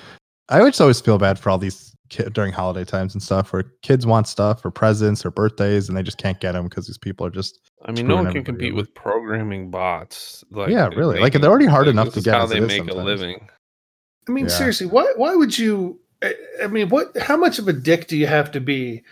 Speaker 1: I always always feel bad for all these kid during holiday times and stuff where kids want stuff or presents or birthdays and they just can't get them because these people are just
Speaker 2: I mean, no
Speaker 1: Screwing
Speaker 2: one can
Speaker 1: everybody
Speaker 2: compete
Speaker 1: over.
Speaker 2: with programming bots. Like,
Speaker 1: Yeah,
Speaker 2: and
Speaker 1: really. Like, they're already hard enough
Speaker 2: this
Speaker 1: to
Speaker 2: is
Speaker 1: get
Speaker 2: How
Speaker 1: as
Speaker 2: they
Speaker 1: it is
Speaker 2: make a
Speaker 1: sometimes.
Speaker 2: living.
Speaker 3: I mean,
Speaker 1: Yeah.
Speaker 3: seriously, why why would you? I, I mean, what? How much of a dick do you have to be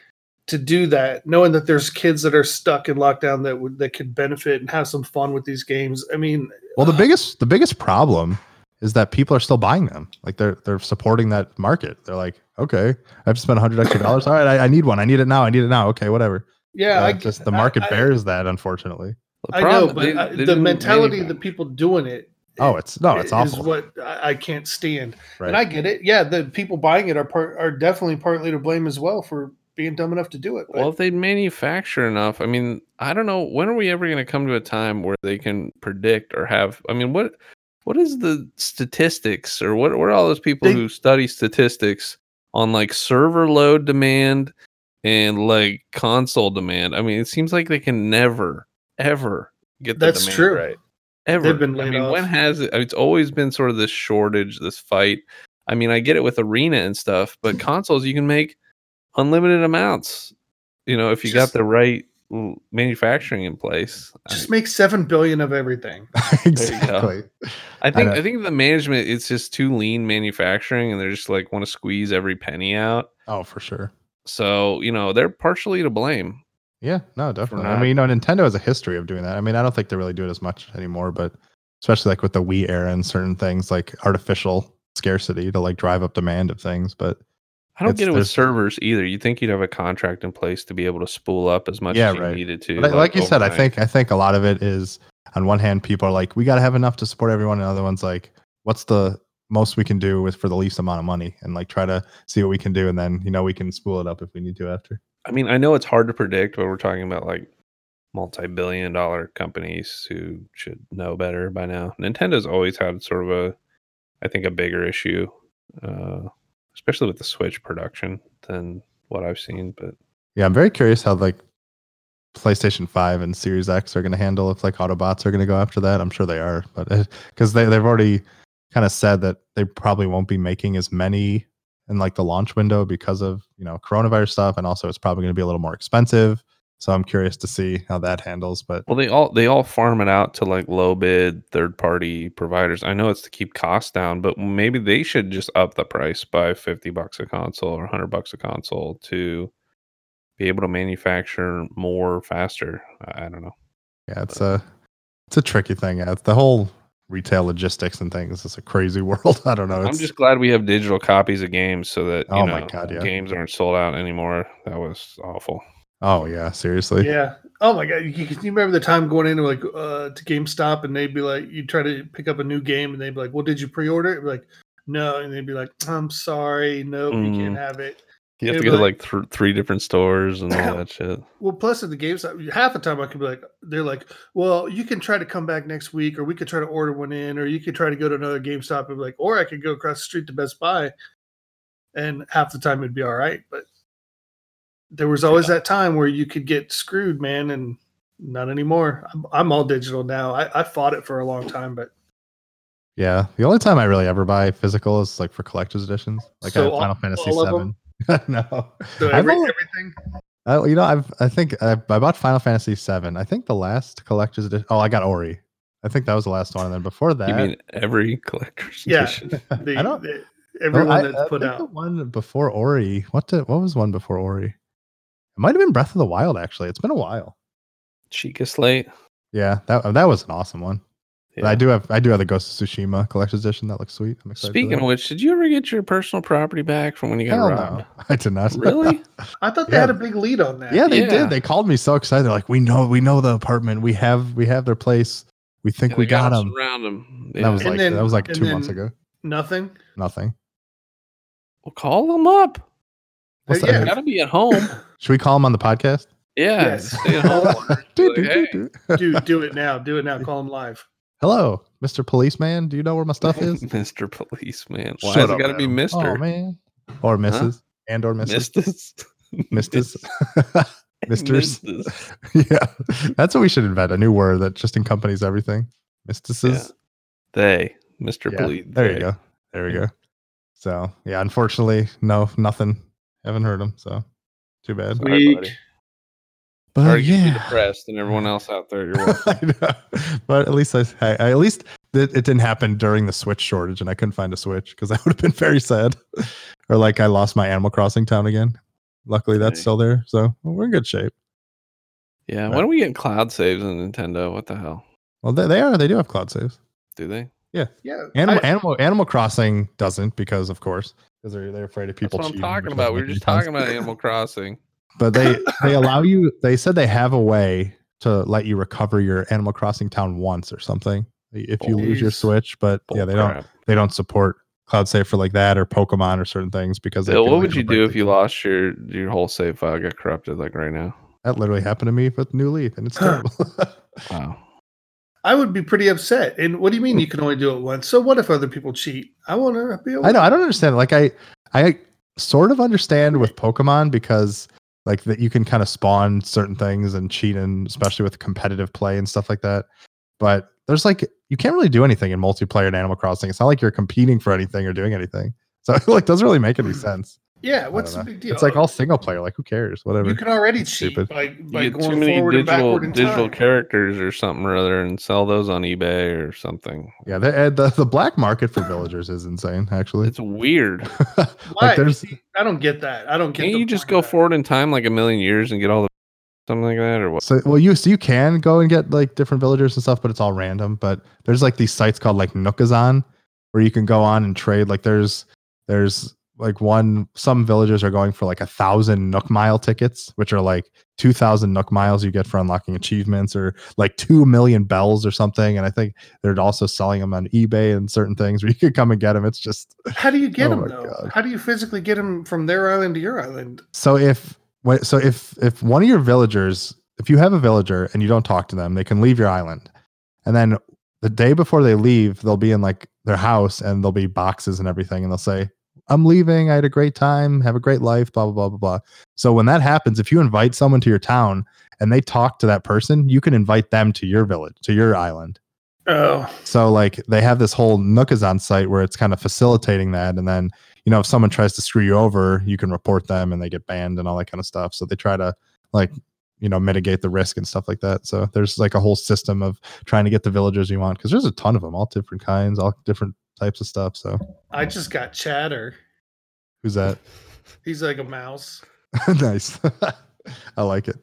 Speaker 3: to do that? Knowing that there's kids that are stuck in lockdown that would that could benefit and have some fun with these games. I mean,
Speaker 1: Well, the biggest the biggest problem is that people are still buying them. Like they're they're supporting that market. They're like, okay, I've spent a hundred extra dollars. All right, I, I need one. I need it now. I need it now. Okay, whatever.
Speaker 3: yeah, I
Speaker 1: Uh,
Speaker 3: g-
Speaker 1: just the
Speaker 3: I-
Speaker 1: market
Speaker 3: I-
Speaker 1: bears that, unfortunitely.
Speaker 2: The
Speaker 3: I know,
Speaker 2: problem-
Speaker 3: but
Speaker 2: they-
Speaker 3: I-
Speaker 2: they
Speaker 3: the
Speaker 2: didn't
Speaker 3: mentality of the
Speaker 2: manufacture-
Speaker 3: people doing it.
Speaker 1: Oh, it's no, it's
Speaker 3: Is
Speaker 1: awful.
Speaker 3: what I, I can't stand.
Speaker 1: right.
Speaker 3: And I get it. Yeah, the people buying it are part are definitely partly to blame as well for being dumb enough to do it.
Speaker 2: Well, if they manufacture enough, I mean, I don't know when are we ever going to come to a time where they can predict or have. I mean, what what is the statistics or what what are all those people
Speaker 3: They-
Speaker 2: who study statistics on like server load demand and like console demand? I mean, it seems like they can never ever get the
Speaker 3: That's
Speaker 2: demand
Speaker 3: true.
Speaker 2: right. Ever.
Speaker 3: been
Speaker 2: I
Speaker 3: laid
Speaker 2: mean, when
Speaker 3: off.
Speaker 2: has it? I mean, it's always been sort of this shortage, this fight. I mean, I get it with arena and stuff, but
Speaker 3: Hmm.
Speaker 2: consoles you can make unlimited amounts. You know, if you
Speaker 3: Just-
Speaker 2: got the right mm, manufacturing in place. I-
Speaker 3: Just make seven billion of everything.
Speaker 1: exactly.
Speaker 2: I, think
Speaker 1: know.
Speaker 2: I think the management it's just too lean manufacturing, and they're just like want to squeeze every penny out.
Speaker 1: Oh, for sure.
Speaker 2: So you know they're partially to blame.
Speaker 1: Yeah, no, definitely. I
Speaker 2: not-
Speaker 1: mean, you know, Nintendo has a history of doing that. I mean, I don't think they really do it as much anymore, but especially like with the Wii era and certain things like artificial scarcity to like drive up demand of things. But
Speaker 2: I don't
Speaker 1: It's-
Speaker 2: get it with
Speaker 1: there's-
Speaker 2: servers either. You would think you'd have a contract in place to be able to spool up as much
Speaker 1: Yeah,
Speaker 2: as you
Speaker 1: right.
Speaker 2: needed to?
Speaker 1: But like, like you said, I
Speaker 2: overnight.
Speaker 1: think I think a lot of it is on one hand, people are like, we got to have enough to support everyone, and other ones like, what's the most we can do with for the least amount of money, and like try to see what we can do, and then you know we can spool it up if we need to after.
Speaker 2: I mean, I know it's hard to predict, but we're talking about like multi-billion dollar companies who should know better by now. Nintendo's always had sort of a I think a bigger issue uh especially with the Switch production than what I've seen, but
Speaker 1: Yeah, I'm very curious how like PlayStation 5 and Series X are going to handle if like Autobots are going to go after that. I'm sure they are, but because they, they've already kind of said that they probably won't be making as many in like the launch window because of, you know, coronavirus stuff. And also it's probably going to be a little more expensive. So I'm curious to see how that handles. But
Speaker 2: Well, they all they all farm it out to like low bid third party providers. I know it's to keep costs down, but maybe they should just up the price by fifty bucks a console or hundred bucks a console to be able to manufacture more faster. I I don't know.
Speaker 1: yeah, it's a it's a tricky thing. Yeah, It's the whole retail logistics and things is a crazy world. I don't know.
Speaker 2: I'm
Speaker 1: It's
Speaker 2: just glad we have digital copies of games so that you
Speaker 1: Oh
Speaker 2: know,
Speaker 1: my God, yeah.
Speaker 2: games aren't sold out anymore. That was awful.
Speaker 1: oh yeah, seriously.
Speaker 3: Yeah. Oh my god! You, you remember the time going into like uh, to GameStop and they'd be like, you try to pick up a new game and they'd be like, "Well, did you pre-order?" it?" Be like, "No," and they'd be like, "I'm sorry, no, you can't
Speaker 2: Mm.
Speaker 3: have it."
Speaker 2: You have
Speaker 3: Yeah,
Speaker 2: to go to
Speaker 3: but-
Speaker 2: like th- three different stores and all that shit.
Speaker 3: Well, plus at the GameStop, half the time I could be like, they're like, "Well, you can try to come back next week, or we could try to order one in, or you could try to go to another GameStop and be like, or I could go across the street to Best Buy." And half the time it'd be all right, but there was always that time where you could get screwed, man, and not anymore. I'm, I'm all digital now. I, I fought it for a long time, but
Speaker 1: Yeah. The only time I really ever buy physical is like for collector's editions. Like
Speaker 3: So
Speaker 1: I have
Speaker 3: all-
Speaker 1: Final Fantasy
Speaker 3: all of
Speaker 1: VII.
Speaker 3: them?
Speaker 1: no.
Speaker 3: so
Speaker 1: I've
Speaker 3: every,
Speaker 1: only-
Speaker 3: everything.
Speaker 1: I, you know, I've I think I, I bought Final Fantasy VII. I think the last collector's edition. Oh, I got Ori. I think that was the last one, and then before that,
Speaker 2: You mean every collector's
Speaker 3: Yeah.
Speaker 2: edition?
Speaker 3: The,
Speaker 1: I don't-
Speaker 3: the-
Speaker 1: no,
Speaker 3: everyone
Speaker 1: I- uh,
Speaker 3: that's
Speaker 1: I
Speaker 3: put
Speaker 1: think the
Speaker 3: out.
Speaker 1: one before Ori. What did, what was one before Ori? It might have been Breath of the Wild. Actually, it's been a while.
Speaker 2: Chica Slate.
Speaker 1: Yeah, that that was an awesome one. But I
Speaker 2: Yeah.
Speaker 1: do have I do have the Ghost of Tsushima collector's edition. That looks sweet. I'm excited. for
Speaker 2: Speaking
Speaker 1: that.
Speaker 2: of which, did you ever get your personal property back from when you got
Speaker 1: Hell
Speaker 2: robbed?
Speaker 1: no, I did not.
Speaker 2: Really?
Speaker 3: I thought they
Speaker 1: Yeah.
Speaker 3: had a big lead on that.
Speaker 1: Yeah, they
Speaker 2: Yeah.
Speaker 1: did. They called me so excited. They're like, we know, we know the apartment. We have, we have their place. We think we got them.
Speaker 2: Around them.
Speaker 1: That was
Speaker 3: And
Speaker 1: like
Speaker 3: then-
Speaker 1: that was like
Speaker 3: and
Speaker 1: two months
Speaker 3: then-
Speaker 1: ago.
Speaker 3: Nothing.
Speaker 1: Nothing.
Speaker 2: well, call them up.
Speaker 1: What's
Speaker 2: They
Speaker 3: Yeah.
Speaker 1: that?
Speaker 2: gotta be at home.
Speaker 1: Should we call him on the podcast?
Speaker 2: Yeah,
Speaker 3: Yes.
Speaker 2: stay at
Speaker 3: Oh,
Speaker 2: home.
Speaker 1: Do, do,
Speaker 2: Like,
Speaker 1: do,
Speaker 2: hey.
Speaker 1: do.
Speaker 3: Dude, do it now. Do it now. Call them live.
Speaker 1: Hello, Mr. Policeman. Do you know where my stuff is?
Speaker 2: Mister Policeman. Why
Speaker 1: Shut
Speaker 2: has it
Speaker 1: up,
Speaker 2: gotta be
Speaker 1: Adam.
Speaker 2: Mister?
Speaker 1: Oh man. Or Mrs. And or Mrs.
Speaker 2: Mistus.
Speaker 1: Misters. Misters.
Speaker 2: Mistus.
Speaker 1: yeah. That's what we should invent. A new word that just encompanies everything. Mistices.
Speaker 2: They. Mister
Speaker 1: Yeah,
Speaker 2: Police.
Speaker 1: There you
Speaker 2: they.
Speaker 1: go. There we
Speaker 2: Yeah.
Speaker 1: go. So yeah, unfortunately, no, nothing. Haven't heard him. So too bad.
Speaker 2: Sorry,
Speaker 3: Weak.
Speaker 2: buddy.
Speaker 1: But
Speaker 2: Sorry to get you
Speaker 1: Oh, yeah,
Speaker 2: depressed and everyone else out there. You're welcome.
Speaker 1: I know. but at least I, I I- at least it, it didn't happen during the Switch shortage, and I couldn't find a Switch because that would have been very sad. or like I lost my Animal Crossing town again. Luckily, that's
Speaker 2: Okay.
Speaker 1: still there, so we're in good shape.
Speaker 2: yeah.
Speaker 1: But-
Speaker 2: Why don't we get cloud saves on Nintendo? What the hell?
Speaker 1: Well, they, they are. They do have cloud saves.
Speaker 2: Do they?
Speaker 3: Yeah.
Speaker 1: Animal
Speaker 3: I-
Speaker 1: Animal Animal Crossing doesn't because of course because they're they're afraid of people.
Speaker 2: That's what I'm
Speaker 1: cheating,
Speaker 2: talking
Speaker 1: which
Speaker 2: about.
Speaker 1: doesn't
Speaker 2: We were
Speaker 1: make any
Speaker 2: just
Speaker 1: sense.
Speaker 2: talking about Animal Crossing.
Speaker 1: but they they allow you they said they have a way to let you recover your animal crossing town once or something if you lose your
Speaker 3: Jeez.
Speaker 1: switch but yeah they don't they don't support cloud save for like that or pokemon or certain things because they
Speaker 2: Bill,
Speaker 1: feel
Speaker 2: what
Speaker 1: like
Speaker 2: would
Speaker 1: it'll
Speaker 2: you
Speaker 1: break
Speaker 2: do
Speaker 1: the
Speaker 2: if you
Speaker 1: game.
Speaker 2: lost your your whole save file got corrupted like right now?
Speaker 1: that literally happened to me with new leaf and it's terrible
Speaker 2: Wow.
Speaker 3: I would be pretty upset. And what do you mean you can only do it once? So what if other people cheat? I want to be. Able
Speaker 1: i know i don't understand like i i sort of understand with pokemon because like that you can kind of spawn certain things and cheat and especially with competitive play and stuff like that but there's like you can't really do anything in multiplayer in animal crossing it's not like you're competing for anything or doing anything so like doesn't really make any sense
Speaker 3: Yeah.
Speaker 1: I
Speaker 3: What's the
Speaker 1: don't know.
Speaker 3: big deal?
Speaker 1: it's like all single player like who cares whatever
Speaker 3: You can already
Speaker 1: It's
Speaker 3: cheat
Speaker 1: stupid.
Speaker 3: by,
Speaker 2: You
Speaker 3: by
Speaker 2: get too
Speaker 3: going
Speaker 2: many
Speaker 3: forward and
Speaker 2: digital
Speaker 3: backward in
Speaker 2: digital
Speaker 3: time.
Speaker 2: characters or something or other and sell those on eBay or something.
Speaker 1: yeah the, uh, the the black market for villagers is insane actually
Speaker 2: It's weird.
Speaker 3: Why?
Speaker 1: like there's
Speaker 3: I don't get that. I don't get.
Speaker 2: Can't
Speaker 3: the
Speaker 2: you just
Speaker 3: point
Speaker 2: go
Speaker 3: of that.
Speaker 2: forward in time like a million years and get all the something like that or what?
Speaker 1: so well you so you can go and get like different villagers and stuff but it's all random but there's like these sites called like nookazon where you can go on and trade like there's there's like one some villagers are going for like a thousand nook mile tickets which are like 2000 nook miles you get for unlocking achievements or like 2 million bells or something and i think they're also selling them on ebay and certain things where you can come and get them it's just
Speaker 3: How do you get
Speaker 1: Oh
Speaker 3: them
Speaker 1: my
Speaker 3: though?
Speaker 1: God.
Speaker 3: How do you physically get them from their island to your island?
Speaker 1: So if wh- so if if one of your villagers, if you have a villager and you don't talk to them, they can leave your island. And then the day before they leave, they'll be in like their house and there'll be boxes and everything and they'll say, "I'm leaving. I had a great time. Have a great life, blah blah blah blah blah." So when that happens, if you invite someone to your town and they talk to that person, you can invite them to your village, to your island.
Speaker 3: Oh,
Speaker 1: So like they have this whole Nookazon site where it's kind of facilitating that. And then, you know, if someone tries to screw you over, you can report them and they get banned and all that kind of stuff. So they try to like, you know, mitigate the risk and stuff like that. So there's like a whole system of trying to get the villagers you want because there's a ton of them, all different kinds, all different types of stuff. So
Speaker 3: I just got chatter.
Speaker 1: who's that?
Speaker 3: He's like a mouse.
Speaker 1: nice. I like it.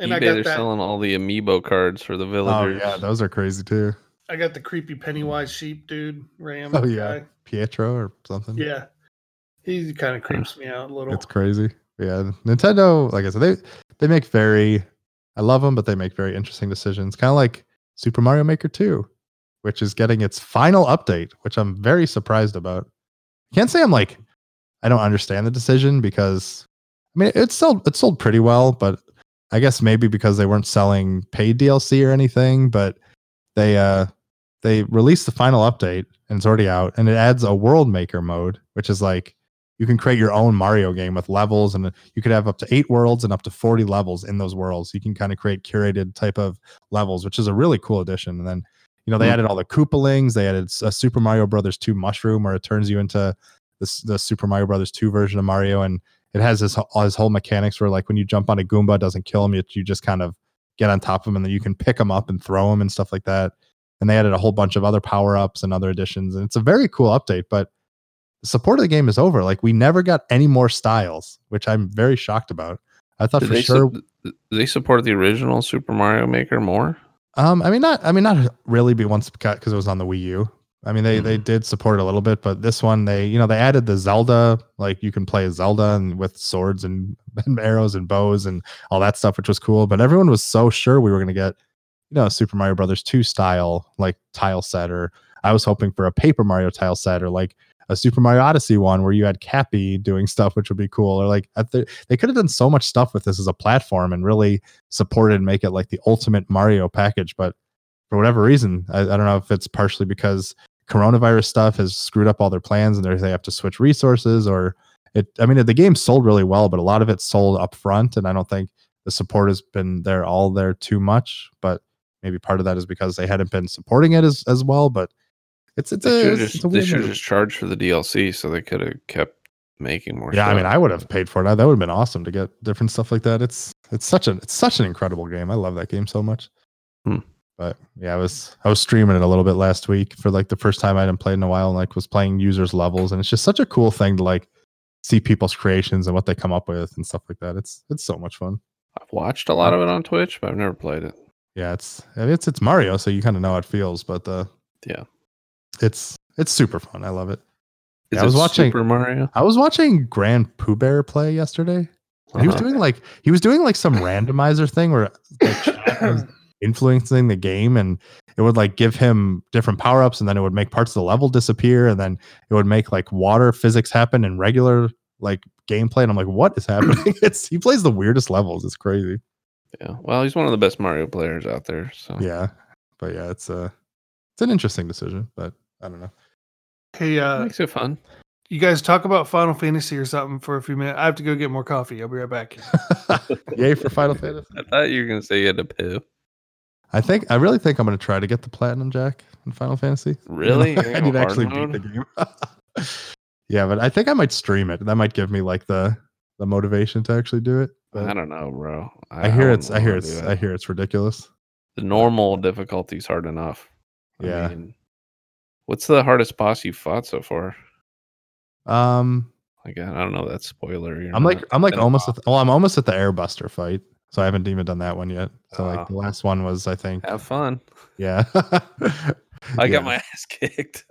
Speaker 3: And
Speaker 2: eBay,
Speaker 3: I
Speaker 2: they're
Speaker 3: got that.
Speaker 2: selling all the amiibo cards for the
Speaker 1: Oh
Speaker 2: villagers.
Speaker 1: yeah, those are crazy too.
Speaker 3: I got the creepy Pennywise sheep dude, Ram.
Speaker 1: Oh, yeah.
Speaker 3: guy.
Speaker 1: Pietro or something.
Speaker 3: Yeah. He kind of creeps me out a little.
Speaker 1: It's crazy. Yeah, Nintendo. Like I said, they they make very. I love them, but they make very interesting decisions. Kind of like Super Mario Maker Two, which is getting its final update, which I'm very surprised about. Can't say I'm like I don't understand the decision because I mean it sold it sold pretty well, but I guess maybe because they weren't selling paid DLC or anything, but they uh they released the final update and it's already out and it adds a world maker mode, which is like you can create your own Mario game with levels, and you could have up to eight worlds and up to 40 levels in those worlds. You can kind of create curated type of levels, which is a really cool addition. And then, you know, they
Speaker 2: Mm.
Speaker 1: added all the Koopalings, they added a Super Mario Brothers 2 mushroom, where it turns you into this, the Super Mario Brothers 2 version of Mario. And it has this, ho- his whole mechanics where, like, when you jump on a Goomba, it doesn't kill him, you, you just kind of get on top of him, and then you can pick him up and throw him and stuff like that. And they added a whole bunch of other power ups and other additions. And it's a very cool update, but the support of the game is over. Like we never got any more styles, which I'm very shocked about. I thought
Speaker 2: Did
Speaker 1: for
Speaker 2: they,
Speaker 1: sure.
Speaker 2: su- did they support the original Super Mario Maker more?
Speaker 1: um, I mean, not. I mean, not really. Be once because it was on the Wii U. I mean, they they did support it a little bit, but this one they you know they added the Zelda. Like you can play as Zelda and with swords and, and arrows and bows and all that stuff, which was cool. But everyone was so sure we were gonna get you know Super Mario Brothers two style like tile set, or I was hoping for a Paper Mario tile set, or like a Super Mario Odyssey one where you had Cappy doing stuff, which would be cool. Or like I th- they could have done so much stuff with this as a platform and really support it and make it like the ultimate Mario package. But for whatever reason, I, I don't know if it's partially because coronavirus stuff has screwed up all their plans and they're- they have to switch resources or it. I mean, the game sold really well, but a lot of it sold up front, and I don't think the support has been there all there too much. But maybe part of that is because they hadn't been supporting it as as well. But it's it's
Speaker 2: They
Speaker 1: a,
Speaker 2: should
Speaker 1: it's, it's a
Speaker 2: just, they
Speaker 1: weird
Speaker 2: should
Speaker 1: move.
Speaker 2: just charge for the DLC, so they could have kept making more.
Speaker 1: Yeah, I mean,
Speaker 2: stuff.
Speaker 1: I would have paid for it. That would have been awesome to get different stuff like that. It's it's such an it's such an incredible game. I love that game so much.
Speaker 2: Hmm.
Speaker 1: But yeah, I was I was streaming it a little bit last week for like the first time I hadn't played in a while, and like was playing users levels, and it's just such a cool thing to like see people's creations and what they come up with and stuff like that. It's it's so much fun.
Speaker 2: I've watched a lot of it on Twitch, but I've never played it.
Speaker 1: Yeah, it's I mean, it's it's Mario, so you kind of know how it feels, but uh,
Speaker 2: Yeah.
Speaker 1: it's it's super fun. I love it.
Speaker 2: Is
Speaker 1: Yeah, I was
Speaker 2: it
Speaker 1: watching-
Speaker 2: Super Mario.
Speaker 1: I was watching Grand Pooh Bear play yesterday. And He was
Speaker 2: Uh-huh.
Speaker 1: doing like he was doing like some randomizer thing where like, chat was influencing the game and it would like give him different power ups and then it would make parts of the level disappear and then it would make like water physics happen in regular like gameplay and I'm like what is happening? it's he plays the weirdest levels. It's crazy.
Speaker 2: Yeah. Well, he's one of the best Mario players out there. So
Speaker 1: Yeah. But yeah, it's uh it's an interesting decision, but I don't know.
Speaker 3: Hey, uh,
Speaker 2: makes it fun.
Speaker 3: you guys talk about Final Fantasy or something for a few minutes. I have to go get more coffee. I'll be right back.
Speaker 1: Yay for Final Fantasy.
Speaker 2: I thought you were gonna say you had to poo.
Speaker 1: I think I really think I'm gonna try to get the platinum jack in Final Fantasy.
Speaker 2: Really? You're
Speaker 1: I
Speaker 2: gonna
Speaker 1: need to
Speaker 2: go
Speaker 1: actually
Speaker 2: hard
Speaker 1: beat the game. yeah, but I think I might stream it. That might give me like the the motivation to actually do it.
Speaker 2: I don't know, bro.
Speaker 1: I hear
Speaker 2: wouldn't
Speaker 1: it's I hear
Speaker 2: wanna do
Speaker 1: it's
Speaker 2: it.
Speaker 1: I hear it's ridiculous.
Speaker 2: the normal difficulty's hard enough.
Speaker 1: Yeah.
Speaker 2: mean, what's the hardest boss you fought so far?
Speaker 1: Um
Speaker 2: Like I don't know. That's spoiler. You're
Speaker 1: I'm like
Speaker 2: not
Speaker 1: I'm like
Speaker 2: gonna
Speaker 1: almost at
Speaker 2: pop.
Speaker 1: the, well, I'm almost at the airbuster fight. So I haven't even done that one yet. So
Speaker 2: Oh.
Speaker 1: like the last one was I think
Speaker 2: Have fun.
Speaker 1: yeah.
Speaker 2: I
Speaker 1: Yeah.
Speaker 2: got my ass kicked.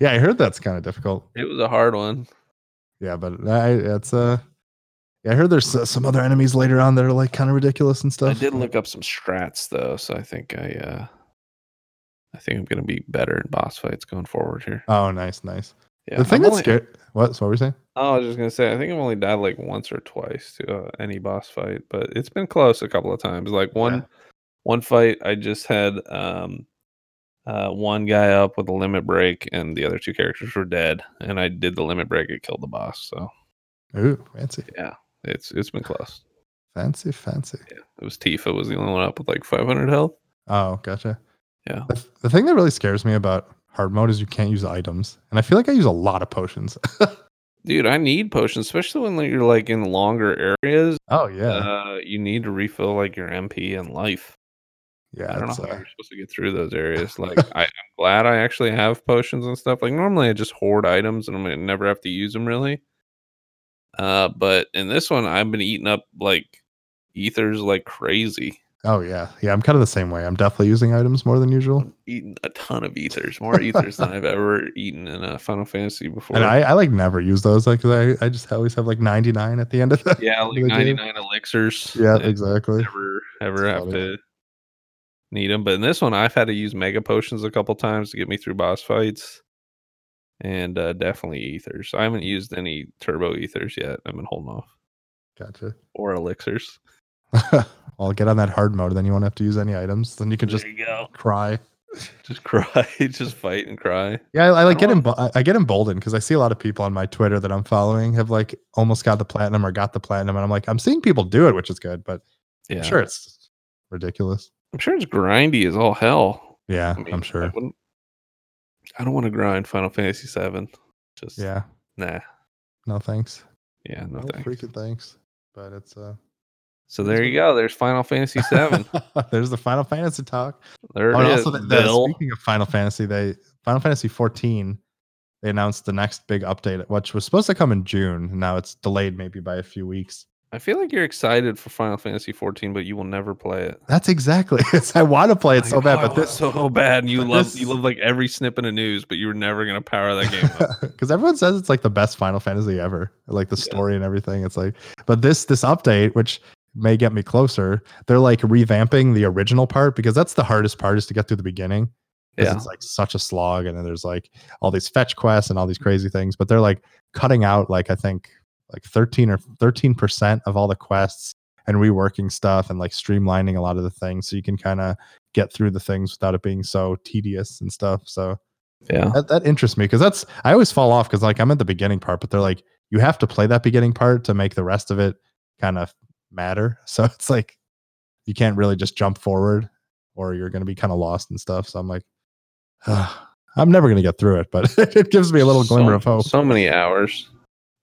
Speaker 1: yeah, I heard that's kind of difficult.
Speaker 2: It was a hard one.
Speaker 1: Yeah, but I it's uh yeah, I heard there's uh, some other enemies later on that are like kind of ridiculous and stuff.
Speaker 2: I did look up some strats though, so I think I uh I think I'm gonna be better in boss fights going forward here.
Speaker 1: Oh, nice, nice.
Speaker 2: Yeah,
Speaker 1: the thing
Speaker 2: I'm
Speaker 1: that's
Speaker 2: only-
Speaker 1: scary. What? So what were you saying?
Speaker 2: Oh, I was just gonna say I think I've only died like once or twice to uh, any boss fight, but it's been close a couple of times. Like one one fight, I just had um uh one guy up with a limit break, and the other two characters were dead, and I did the limit break. It killed the boss, so
Speaker 1: Ooh, fancy.
Speaker 2: it's it's been close.
Speaker 1: Fancy, fancy.
Speaker 2: It was Tifa was the only one up with like 500 health.
Speaker 1: Oh, gotcha.
Speaker 2: Yeah.
Speaker 1: The, the thing that really scares me about hard mode is you can't use items, and I feel like I use a lot of potions.
Speaker 2: Dude, I need potions, especially when like, you're like in longer areas.
Speaker 1: oh yeah,
Speaker 2: Uh, you need to refill like your MP and life.
Speaker 1: yeah.
Speaker 2: I don't know
Speaker 1: it's,
Speaker 2: how
Speaker 1: uh,
Speaker 2: you're supposed to get through those areas. Like, I, I'm glad I actually have potions and stuff. Like, normally I just hoard items and I'm gonna never have to use them really. Uh, but in this one, I've been eating up like ethers like crazy,
Speaker 1: oh yeah, yeah. I'm kind of the same way. I'm definitely using items more than usual,
Speaker 2: eating a ton of ethers, more ethers than I've ever eaten in a Final Fantasy before.
Speaker 1: and I, I like never use those. Like 'cause I, I just always have like 99 at the end of the.
Speaker 2: yeah,
Speaker 1: end of
Speaker 2: like
Speaker 1: the game.
Speaker 2: 99 elixirs.
Speaker 1: Yeah,
Speaker 2: and-
Speaker 1: exactly.
Speaker 2: ever ever
Speaker 1: That's
Speaker 2: have
Speaker 1: funny.
Speaker 2: to need them. But in this one, I've had to use mega potions a couple times to get me through boss fights, and uh, definitely ethers. I haven't used any turbo ethers yet. I've been holding off
Speaker 1: Gotcha.
Speaker 2: or elixirs.
Speaker 1: I'll get on that hard mode. Then you won't have to use any items. Then you can just
Speaker 2: there you go.
Speaker 1: cry.
Speaker 2: Just cry, just fight and cry.
Speaker 1: Yeah, I, I like
Speaker 2: I
Speaker 1: get
Speaker 2: don't
Speaker 1: embo- I I get emboldened because I see a lot of people on my Twitter that I'm following have like almost got the platinum or got the platinum, and I'm like, I'm seeing people do it, which is good, but
Speaker 2: Yeah,
Speaker 1: I'm sure it's ridiculous.
Speaker 2: I'm sure it's grindy as all hell.
Speaker 1: Yeah,
Speaker 2: I mean,
Speaker 1: I'm
Speaker 2: I,
Speaker 1: sure.
Speaker 2: wouldn't- I don't want to grind Final Fantasy Seven. Just yeah,
Speaker 1: Yeah,
Speaker 2: nah,
Speaker 1: no thanks.
Speaker 2: yeah, no
Speaker 1: No,
Speaker 2: thanks.
Speaker 1: freaking thanks. But it's uh,
Speaker 2: So there you go. There's Final Fantasy Seven.
Speaker 1: There's the Final Fantasy talk.
Speaker 2: There
Speaker 1: Oh,
Speaker 2: it
Speaker 1: and
Speaker 2: is.
Speaker 1: also, the, the-
Speaker 2: Bill.
Speaker 1: speaking of Final Fantasy, they Final Fantasy 14 they announced the next big update, which was supposed to come in June. and Now it's delayed maybe by a few weeks.
Speaker 2: I feel like you're excited for Final Fantasy 14, but you will never play it.
Speaker 1: That's exactly. It's, I want to play it so
Speaker 2: Like,
Speaker 1: bad,
Speaker 2: oh, I
Speaker 1: but
Speaker 2: want it
Speaker 1: this
Speaker 2: so bad, and you
Speaker 1: but
Speaker 2: love
Speaker 1: this-
Speaker 2: you love like every snippet of news, but you were never gonna power that game up.
Speaker 1: because everyone says it's like the best Final Fantasy ever, like the
Speaker 2: Yeah.
Speaker 1: story and everything. It's like, but this this update, which may get me closer, they're like revamping the original part because that's the hardest part is to get through the beginning. 'cause
Speaker 2: yeah,
Speaker 1: it's like such a slog, and then there's like all these fetch quests and all these crazy things. But they're like cutting out like I think like thirteen or thirteen percent of all the quests and reworking stuff and like streamlining a lot of the things so you can kind of get through the things without it being so tedious and stuff. So
Speaker 2: yeah.
Speaker 1: that, that interests me because that's I always fall off because like I'm at the beginning part, but they're like you have to play that beginning part to make the rest of it kind of matter. So it's like you can't really just jump forward or you're going to be kind of lost and stuff. So I'm like, "Ugh, I'm never going to get through it, but it gives me a little glimmer
Speaker 2: so,
Speaker 1: of hope.
Speaker 2: So many hours.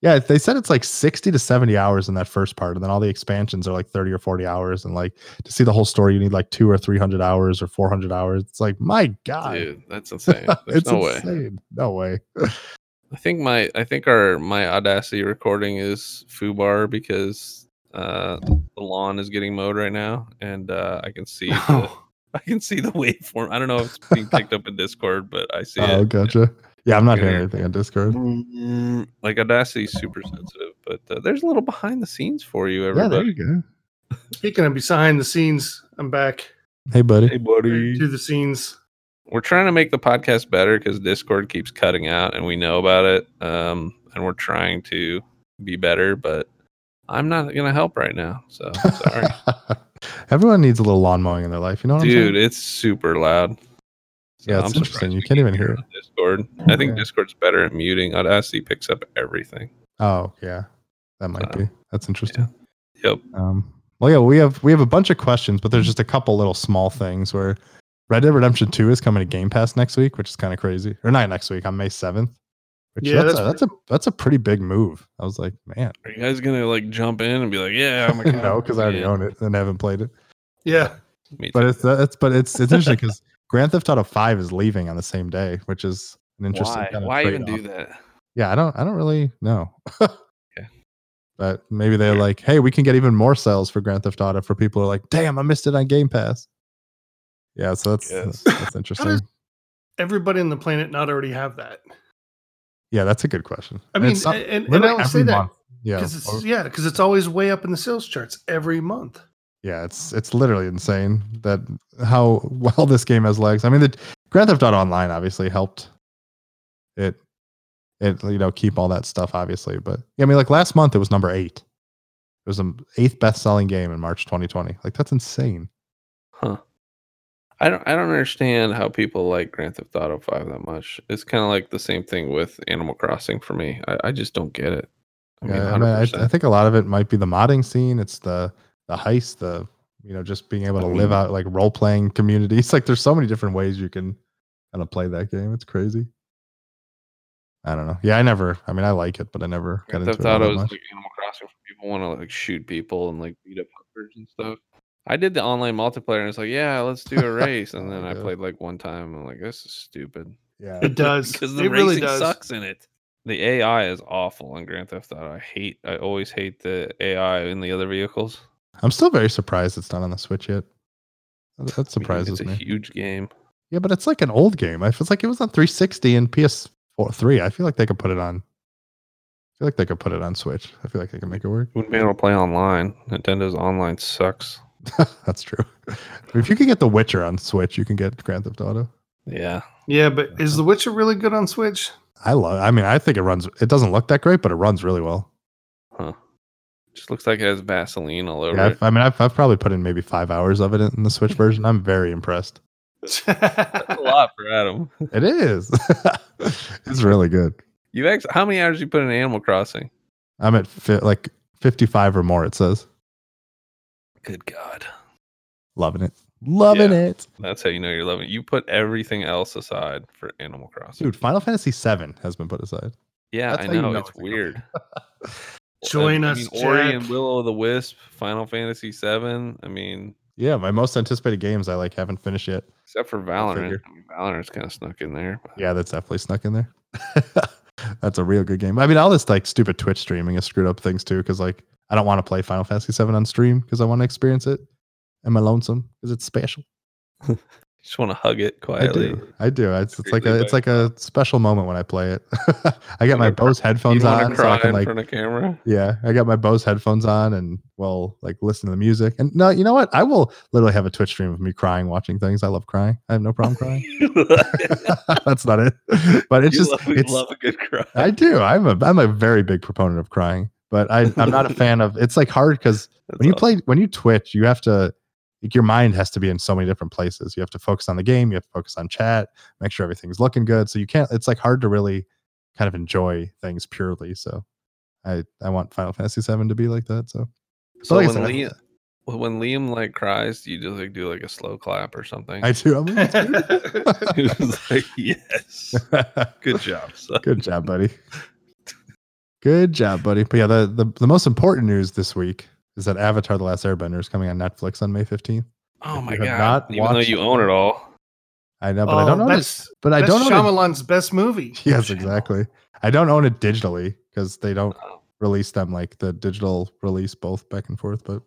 Speaker 1: Yeah, they said it's like 60 to 70 hours in that first part, and then all the expansions are like 30 or 40 hours. And like to see the whole story, you need like two or 300 hours or 400 hours. It's like, my God,
Speaker 2: Dude, that's insane. There's
Speaker 1: it's
Speaker 2: no way.
Speaker 1: insane. No way.
Speaker 2: I think my I think our my Audacity recording is foobar because uh the lawn is getting mowed right now and uh I can see the, I can see the waveform. I don't know if it's being picked up in Discord, but I see it.
Speaker 1: Oh, gotcha. Yeah, I'm not
Speaker 2: Good
Speaker 1: hearing
Speaker 2: ear.
Speaker 1: anything on Discord.
Speaker 2: Mm, like audacity's super sensitive but uh, there's a little behind the scenes for you
Speaker 1: Yeah, there
Speaker 2: everybody
Speaker 1: you go.
Speaker 3: Speaking of behind the scenes, I'm back
Speaker 1: Hey, buddy.
Speaker 2: hey buddy
Speaker 3: to the scenes.
Speaker 2: we're trying to make the podcast better because discord keeps cutting out and we know about it um and we're trying to be better but i'm not gonna help right now so I'm sorry
Speaker 1: Everyone needs a little lawn mowing in their life. You know what
Speaker 2: dude
Speaker 1: I'm saying?
Speaker 2: it's super loud
Speaker 1: Yeah, it's interesting.
Speaker 2: surprised
Speaker 1: You
Speaker 2: we
Speaker 1: can't even hear
Speaker 2: on discord i think
Speaker 1: Yeah.
Speaker 2: discord's better at muting audacity picks up everything
Speaker 1: Oh, yeah. That might
Speaker 2: Uh,
Speaker 1: be. That's interesting.
Speaker 2: yep
Speaker 1: Um, well, yeah, we have we have a bunch of questions, but
Speaker 2: Mm-hmm.
Speaker 1: there's just a couple little small things where Red Dead Redemption 2 is coming to Game Pass next week, which is kind of crazy. Or not next week, on May 7th. Which
Speaker 3: Yeah,
Speaker 1: that's,
Speaker 3: that's
Speaker 1: a, that's a that's a pretty big move. I was like, man,
Speaker 2: are you guys gonna like jump in and be like yeah oh my god
Speaker 1: no, because I already
Speaker 2: yeah.
Speaker 1: own it and haven't played it.
Speaker 3: Yeah,
Speaker 2: Me too.
Speaker 1: but it's that's but it's it's interesting because Grand Theft Auto Five is leaving on the same day, which is an interesting.
Speaker 2: Why?
Speaker 1: kind of
Speaker 2: Why even
Speaker 1: trade-off.
Speaker 2: do that?
Speaker 1: Yeah, I don't I don't really know. But maybe they're like, hey, we can get even more sales for Grand Theft Auto for people who are like, damn, I missed it on Game Pass. Yeah, so that's
Speaker 2: Yes.
Speaker 1: that's interesting.
Speaker 3: does- everybody on the planet not already have that.
Speaker 1: yeah, that's a good question.
Speaker 3: I
Speaker 1: And
Speaker 3: mean,
Speaker 1: it's some-
Speaker 3: and, and I
Speaker 1: literally
Speaker 3: don't say
Speaker 1: every
Speaker 3: that
Speaker 1: month. Yeah,
Speaker 3: because it's
Speaker 1: or-
Speaker 3: yeah, because it's always way up in the sales charts every month.
Speaker 1: yeah, it's it's literally insane that how well this game has legs. I mean, the Grand Theft Auto Online obviously helped it it you know keep all that stuff obviously, but yeah, I mean like last month it was number eight. It was the eighth best selling game in March 2020. Like that's insane.
Speaker 2: Huh. I don't I don't understand how people like Grand Theft Auto 5 that much. It's kind of like the same thing with Animal Crossing for me. I, I just don't get it. I mean,
Speaker 1: Yeah, I, mean, I, I
Speaker 2: 100%.
Speaker 1: think a lot of it might be the modding scene. It's the, the the heist, the you know, just being able to
Speaker 2: Mm.
Speaker 1: live out like role playing communities. Like there's so many different ways you can kind of play that game. It's crazy. I don't know. Yeah, I never. I mean, I like it, but I never got
Speaker 2: Grand
Speaker 1: into
Speaker 2: Theft
Speaker 1: it. all
Speaker 2: Auto
Speaker 1: that
Speaker 2: is
Speaker 1: much.
Speaker 2: like Animal Crossing for people want to like shoot people and like beat up hookers and stuff. I did the online multiplayer and it's like, yeah, let's do a race. And then I
Speaker 1: Yeah.
Speaker 2: played like one time. I'm like, this is stupid.
Speaker 1: Yeah,
Speaker 3: It does.
Speaker 2: because the
Speaker 3: it
Speaker 2: racing
Speaker 3: really does.
Speaker 2: sucks in it. The AI is awful on Grand Theft Auto. I hate. I always hate the AI in the other vehicles.
Speaker 1: I'm still very surprised it's not on the Switch yet. That- That
Speaker 2: I mean,
Speaker 1: surprises
Speaker 2: It's a
Speaker 1: me.
Speaker 2: huge game.
Speaker 1: Yeah, but it's like an old game. I feel like it was on 360 and PS4 3. I feel like they could put it on. I feel like they could put it on Switch. I feel like they could make it work.
Speaker 2: Wouldn't be able to play online. Nintendo's online sucks.
Speaker 1: That's true. if you can get The Witcher on Switch, you can get Grand Theft Auto.
Speaker 2: Yeah,
Speaker 3: Yeah, but is The Witcher really good on Switch?
Speaker 1: I love. I mean, I think it runs. It doesn't look that great, but it runs really well.
Speaker 2: just looks like it has Vaseline all over
Speaker 1: Yeah,
Speaker 2: it.
Speaker 1: I've, I mean, I've, I've probably put in maybe five hours of it in the Switch version. I'm very impressed.
Speaker 2: That's a lot for Adam.
Speaker 1: It is. it's really good.
Speaker 2: You have actually, how many hours you put in Animal Crossing?
Speaker 1: I'm at fi- like 55 or more. It says,
Speaker 2: Good God,
Speaker 1: loving it, loving it,
Speaker 2: that's how you know you're loving. It. You put everything else aside for Animal Crossing.
Speaker 1: dude. Final Fantasy VII has been put aside.
Speaker 2: yeah,
Speaker 1: that's
Speaker 2: I
Speaker 1: how you
Speaker 2: know,
Speaker 1: know
Speaker 2: it's
Speaker 1: it's a good
Speaker 2: weird.
Speaker 3: Join
Speaker 2: I
Speaker 3: us,
Speaker 2: mean, Ori and
Speaker 3: Jack.
Speaker 2: Willow the Wisp, Final Fantasy VII. I mean,
Speaker 1: Yeah, my most anticipated games I like haven't finished yet.
Speaker 2: except for
Speaker 1: Go
Speaker 2: Valorant.
Speaker 1: figure.
Speaker 2: I mean, Valorant's kind of snuck in there. but-
Speaker 1: Yeah, that's definitely snuck in there. that's a real good game. I mean, all this like stupid Twitch streaming has screwed up things too, because like I don't want to play Final Fantasy VII on stream because I want to experience it. Am I lonesome? Because it's special.
Speaker 2: Just want to hug it
Speaker 1: I
Speaker 2: quietly.
Speaker 1: do. I do. It's, it's like
Speaker 2: Really
Speaker 1: a it's like a special moment when I play it. I got my
Speaker 2: Wanna cry-
Speaker 1: Bose
Speaker 2: You
Speaker 1: headphones
Speaker 2: want
Speaker 1: on,
Speaker 2: to
Speaker 1: so
Speaker 2: cry
Speaker 1: I can
Speaker 2: in
Speaker 1: like
Speaker 2: front of camera?
Speaker 1: Yeah, I got my Bose headphones on and well, like listen to the music. And no, you know what? I will literally have a Twitch stream of me crying, watching things. I love crying. I have no problem crying. That's not it. But it's
Speaker 2: you
Speaker 1: just
Speaker 2: love, you
Speaker 1: it's
Speaker 2: love a good cry.
Speaker 1: I do. I'm a I'm a very big proponent of crying, but I I'm not a fan of it's like hard because when you play when you Twitch, you have to like your mind has to be in so many different places. You have to focus on the game, you have to focus on chat, make sure everything's looking good. So you can't it's like hard to really kind of enjoy things purely. So I I want Final Fantasy 7 to be like that. So
Speaker 2: So
Speaker 1: like I
Speaker 2: when
Speaker 1: said, I-
Speaker 2: Liam, when Liam like cries, do you just like do like a slow clap or something?
Speaker 1: I do. I'm like,
Speaker 2: He was like, yes, good job. son."
Speaker 1: Good job, buddy. Good job, buddy. But yeah, the, the, the most important news this week is that Avatar The Last Airbender is coming on Netflix on May 15th.
Speaker 2: Oh
Speaker 1: If
Speaker 2: my
Speaker 1: you have
Speaker 2: god!
Speaker 1: not
Speaker 2: Even though
Speaker 1: watched-
Speaker 2: you own it all,
Speaker 1: I know, but I don't own it.
Speaker 3: Oh, That's,
Speaker 1: But I
Speaker 3: that's
Speaker 1: don't own it.
Speaker 3: Shyamalan's best movie.
Speaker 1: Yes, exactly. I don't own it digitally because they don't release them like the digital release both back and forth. But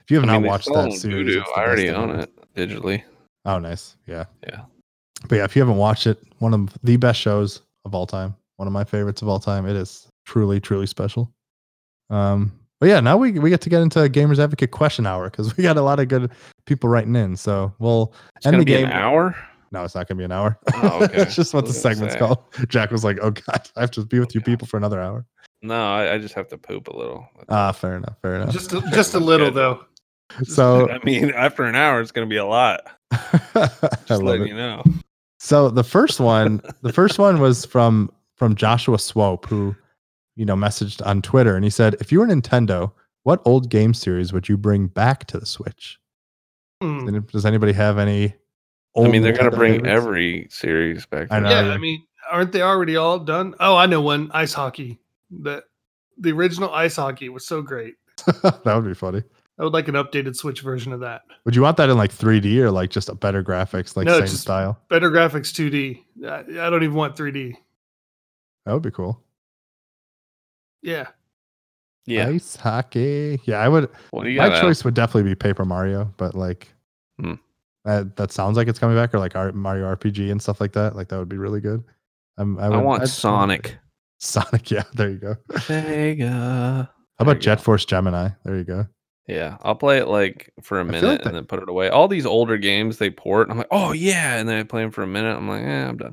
Speaker 1: if you have
Speaker 2: I
Speaker 1: not
Speaker 2: mean, they
Speaker 1: watched
Speaker 2: sell it
Speaker 1: that
Speaker 2: on
Speaker 1: series,
Speaker 2: Vudu.
Speaker 1: it's the
Speaker 2: I already
Speaker 1: best thing
Speaker 2: own
Speaker 1: ever.
Speaker 2: it digitally.
Speaker 1: Oh, nice. Yeah.
Speaker 2: Yeah.
Speaker 1: But yeah, if you haven't watched it, one of the best shows of all time, one of my favorites of all time. It is truly, truly special. Um, but yeah, now we we get to get into Gamers Advocate Question Hour because we got a lot of good people writing in. So we'll
Speaker 2: It's
Speaker 1: end
Speaker 2: gonna
Speaker 1: the
Speaker 2: be
Speaker 1: game.
Speaker 2: an hour.
Speaker 1: No, it's not gonna be an hour.
Speaker 2: Oh, okay.
Speaker 1: it's just what the
Speaker 2: I was gonna
Speaker 1: segment's
Speaker 2: say.
Speaker 1: called. Jack was like, "Oh God, I have to be with you
Speaker 2: Okay.
Speaker 1: people for another hour."
Speaker 2: No, I, I just have to poop a little.
Speaker 1: Ah, fair enough, fair enough.
Speaker 3: Just a, just a little
Speaker 2: Good.
Speaker 3: though.
Speaker 1: so
Speaker 2: I mean, after an hour, it's gonna be a lot.
Speaker 1: Oh. I
Speaker 2: Just
Speaker 1: love
Speaker 2: letting
Speaker 1: it.
Speaker 2: you know.
Speaker 1: So the first one, the first one was from from Joshua Swope, who you know messaged on Twitter, and he said, "If you were Nintendo, what old game series would you bring back to the Switch?
Speaker 3: Hmm.
Speaker 1: Any- Does anybody have any?"
Speaker 2: I mean, they're gonna
Speaker 1: Nintendo
Speaker 2: bring
Speaker 1: favorites?
Speaker 2: every series back.
Speaker 1: I
Speaker 2: to
Speaker 1: know.
Speaker 2: that.
Speaker 1: yeah.
Speaker 3: Yeah, I mean, aren't they already all done? Oh, I know one. Ice hockey. The the original ice hockey was so great.
Speaker 1: that would be funny.
Speaker 3: I would like an updated Switch version of that.
Speaker 1: Would you want that in like 3D or like just a better graphics, like
Speaker 3: No,
Speaker 1: same
Speaker 3: just-
Speaker 1: style?
Speaker 3: Better graphics, 2D. I, I don't even want 3D.
Speaker 1: That would be cool.
Speaker 3: Yeah,
Speaker 2: Yeah.
Speaker 1: Ice hockey. Yeah, I would.
Speaker 2: Well, you
Speaker 1: My
Speaker 2: gotta-
Speaker 1: choice would definitely be Paper Mario, but like
Speaker 2: Hmm.
Speaker 1: that, that sounds like it's coming back, or like R- Mario RPG and stuff like that. Like that would be really good. Um,
Speaker 2: I,
Speaker 1: would-
Speaker 2: want
Speaker 1: I'd-
Speaker 2: Sonic.
Speaker 1: Sonic, yeah, there you go. How
Speaker 2: Sega.
Speaker 1: about
Speaker 2: you go.
Speaker 1: Jet Force Gemini? There you go.
Speaker 2: Yeah, I'll play it like for a
Speaker 1: feel like
Speaker 2: minute
Speaker 1: that-
Speaker 2: and then put it away. All these older games they port, and I'm like, oh yeah, and then I play them for a minute. I'm like, eh, I'm done.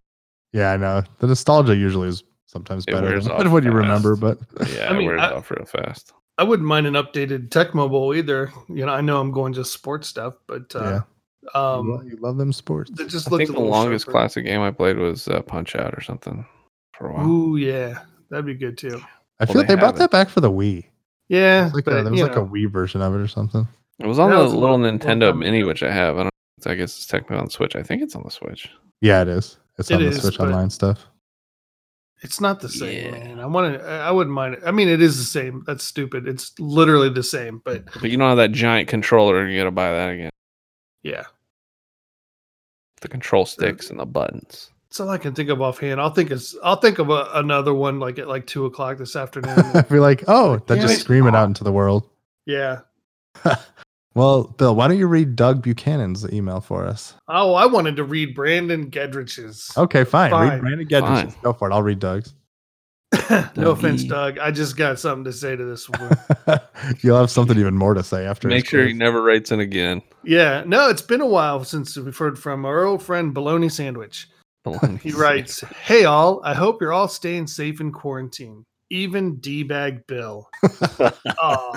Speaker 1: Yeah, I know. The nostalgia usually is sometimes
Speaker 2: It
Speaker 1: better
Speaker 2: wears
Speaker 1: than
Speaker 2: off
Speaker 1: than what you remember, but
Speaker 2: Yeah,
Speaker 3: I
Speaker 2: I
Speaker 3: mean,
Speaker 2: wears
Speaker 3: I-
Speaker 2: off real fast.
Speaker 3: I wouldn't mind an updated Tech Mobile either. You know, I know I'm going just sports stuff, but uh,
Speaker 1: you, lo-
Speaker 3: um,
Speaker 1: you love them sports.
Speaker 3: that just
Speaker 2: I
Speaker 3: looked
Speaker 2: think
Speaker 3: a
Speaker 2: the
Speaker 3: little
Speaker 2: longest
Speaker 3: sharper.
Speaker 2: classic game I played was uh, Punch Out or something for a while.
Speaker 3: Ooh, yeah, that'd be good too.
Speaker 1: I
Speaker 2: well,
Speaker 1: feel like
Speaker 2: they
Speaker 1: they brought
Speaker 2: have it.
Speaker 1: that back for the Wii.
Speaker 3: Yeah,
Speaker 1: It's like
Speaker 3: but,
Speaker 1: a, there was
Speaker 3: you
Speaker 1: like
Speaker 3: know.
Speaker 1: a Wii version of it or something.
Speaker 2: It was on
Speaker 3: That
Speaker 2: the
Speaker 3: was a
Speaker 2: little
Speaker 3: long- long
Speaker 2: Nintendo
Speaker 3: time
Speaker 2: Mini,
Speaker 3: ago.
Speaker 2: which I have. I don't. I guess it's technically on Switch. I think it's on the Switch.
Speaker 1: Yeah, it is. It's
Speaker 3: It
Speaker 1: on the
Speaker 3: is,
Speaker 1: Switch
Speaker 3: but-
Speaker 1: Online stuff.
Speaker 3: It's not the same,
Speaker 2: Yeah.
Speaker 3: man. I want to. I I wouldn't mind it. I mean, it is the same. That's stupid. It's literally the same. But
Speaker 2: But you don't have that giant controller, and you got to buy that again.
Speaker 3: yeah,
Speaker 2: The control sticks and the buttons.
Speaker 3: that's all I can think of offhand. I'll think. It's, I'll think of a, another one like at like two o'clock this afternoon.
Speaker 1: I'd be like, oh, that
Speaker 3: Damn
Speaker 1: just
Speaker 3: it.
Speaker 1: scream it out into the world.
Speaker 3: yeah.
Speaker 1: Well, Bill, why don't you read Doug Buchanan's email for us?
Speaker 3: Oh, I wanted to read Brandon Gedrich's.
Speaker 1: Okay, fine.
Speaker 3: Fine.
Speaker 1: Read Brandon Gedrich's.
Speaker 2: Fine.
Speaker 1: Go for it. I'll read Doug's.
Speaker 3: no offense,
Speaker 2: Dougie.
Speaker 3: Doug. I just got something to say to this one.
Speaker 1: You'll have something even more to say after.
Speaker 2: Make
Speaker 1: his
Speaker 2: sure he
Speaker 1: quiz.
Speaker 2: never writes in again.
Speaker 3: yeah. No, it's been a while since we've heard from our old friend Bologna Sandwich. He
Speaker 2: Baloney.
Speaker 3: writes, Hey all, I hope you're all staying safe in quarantine. Even D bag Bill. Aw.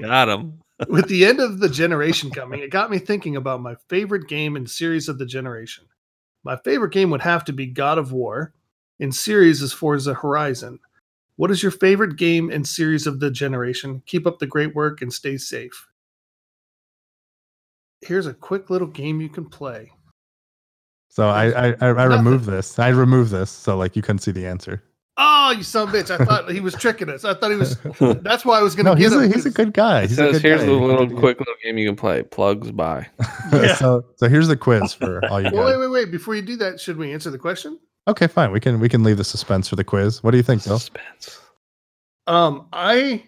Speaker 2: Got him.
Speaker 3: With the end of the generation coming, it got me thinking about my favorite game and series of the generation. My favorite game would have to be God of War, and series is Forza Horizon. What is your favorite game and series of the generation? Keep up the great work and stay safe. Here's a quick little game you can play.
Speaker 1: So I I, I, I removed this. I removed this. So like you couldn't see the answer.
Speaker 3: Oh, you son of a bitch. I thought he was tricking us. I thought he was. That's why I was going to
Speaker 1: no,
Speaker 3: get
Speaker 1: he's
Speaker 3: him.
Speaker 1: a, he's a
Speaker 3: 'cause-
Speaker 1: good guy.
Speaker 2: It
Speaker 1: He's
Speaker 2: says
Speaker 1: a good
Speaker 2: here's
Speaker 1: guy.
Speaker 2: the
Speaker 1: He
Speaker 2: little
Speaker 1: can-
Speaker 2: quick little game you can play. Plugs by.
Speaker 3: Yeah.
Speaker 1: so so here's the quiz for all you
Speaker 3: Well,
Speaker 1: guys.
Speaker 3: wait, wait, wait. Before you do that, should we answer the question?
Speaker 1: Okay, fine. We can we can leave the suspense for the quiz. What do you think, Bill?
Speaker 2: Suspense.
Speaker 3: Um, I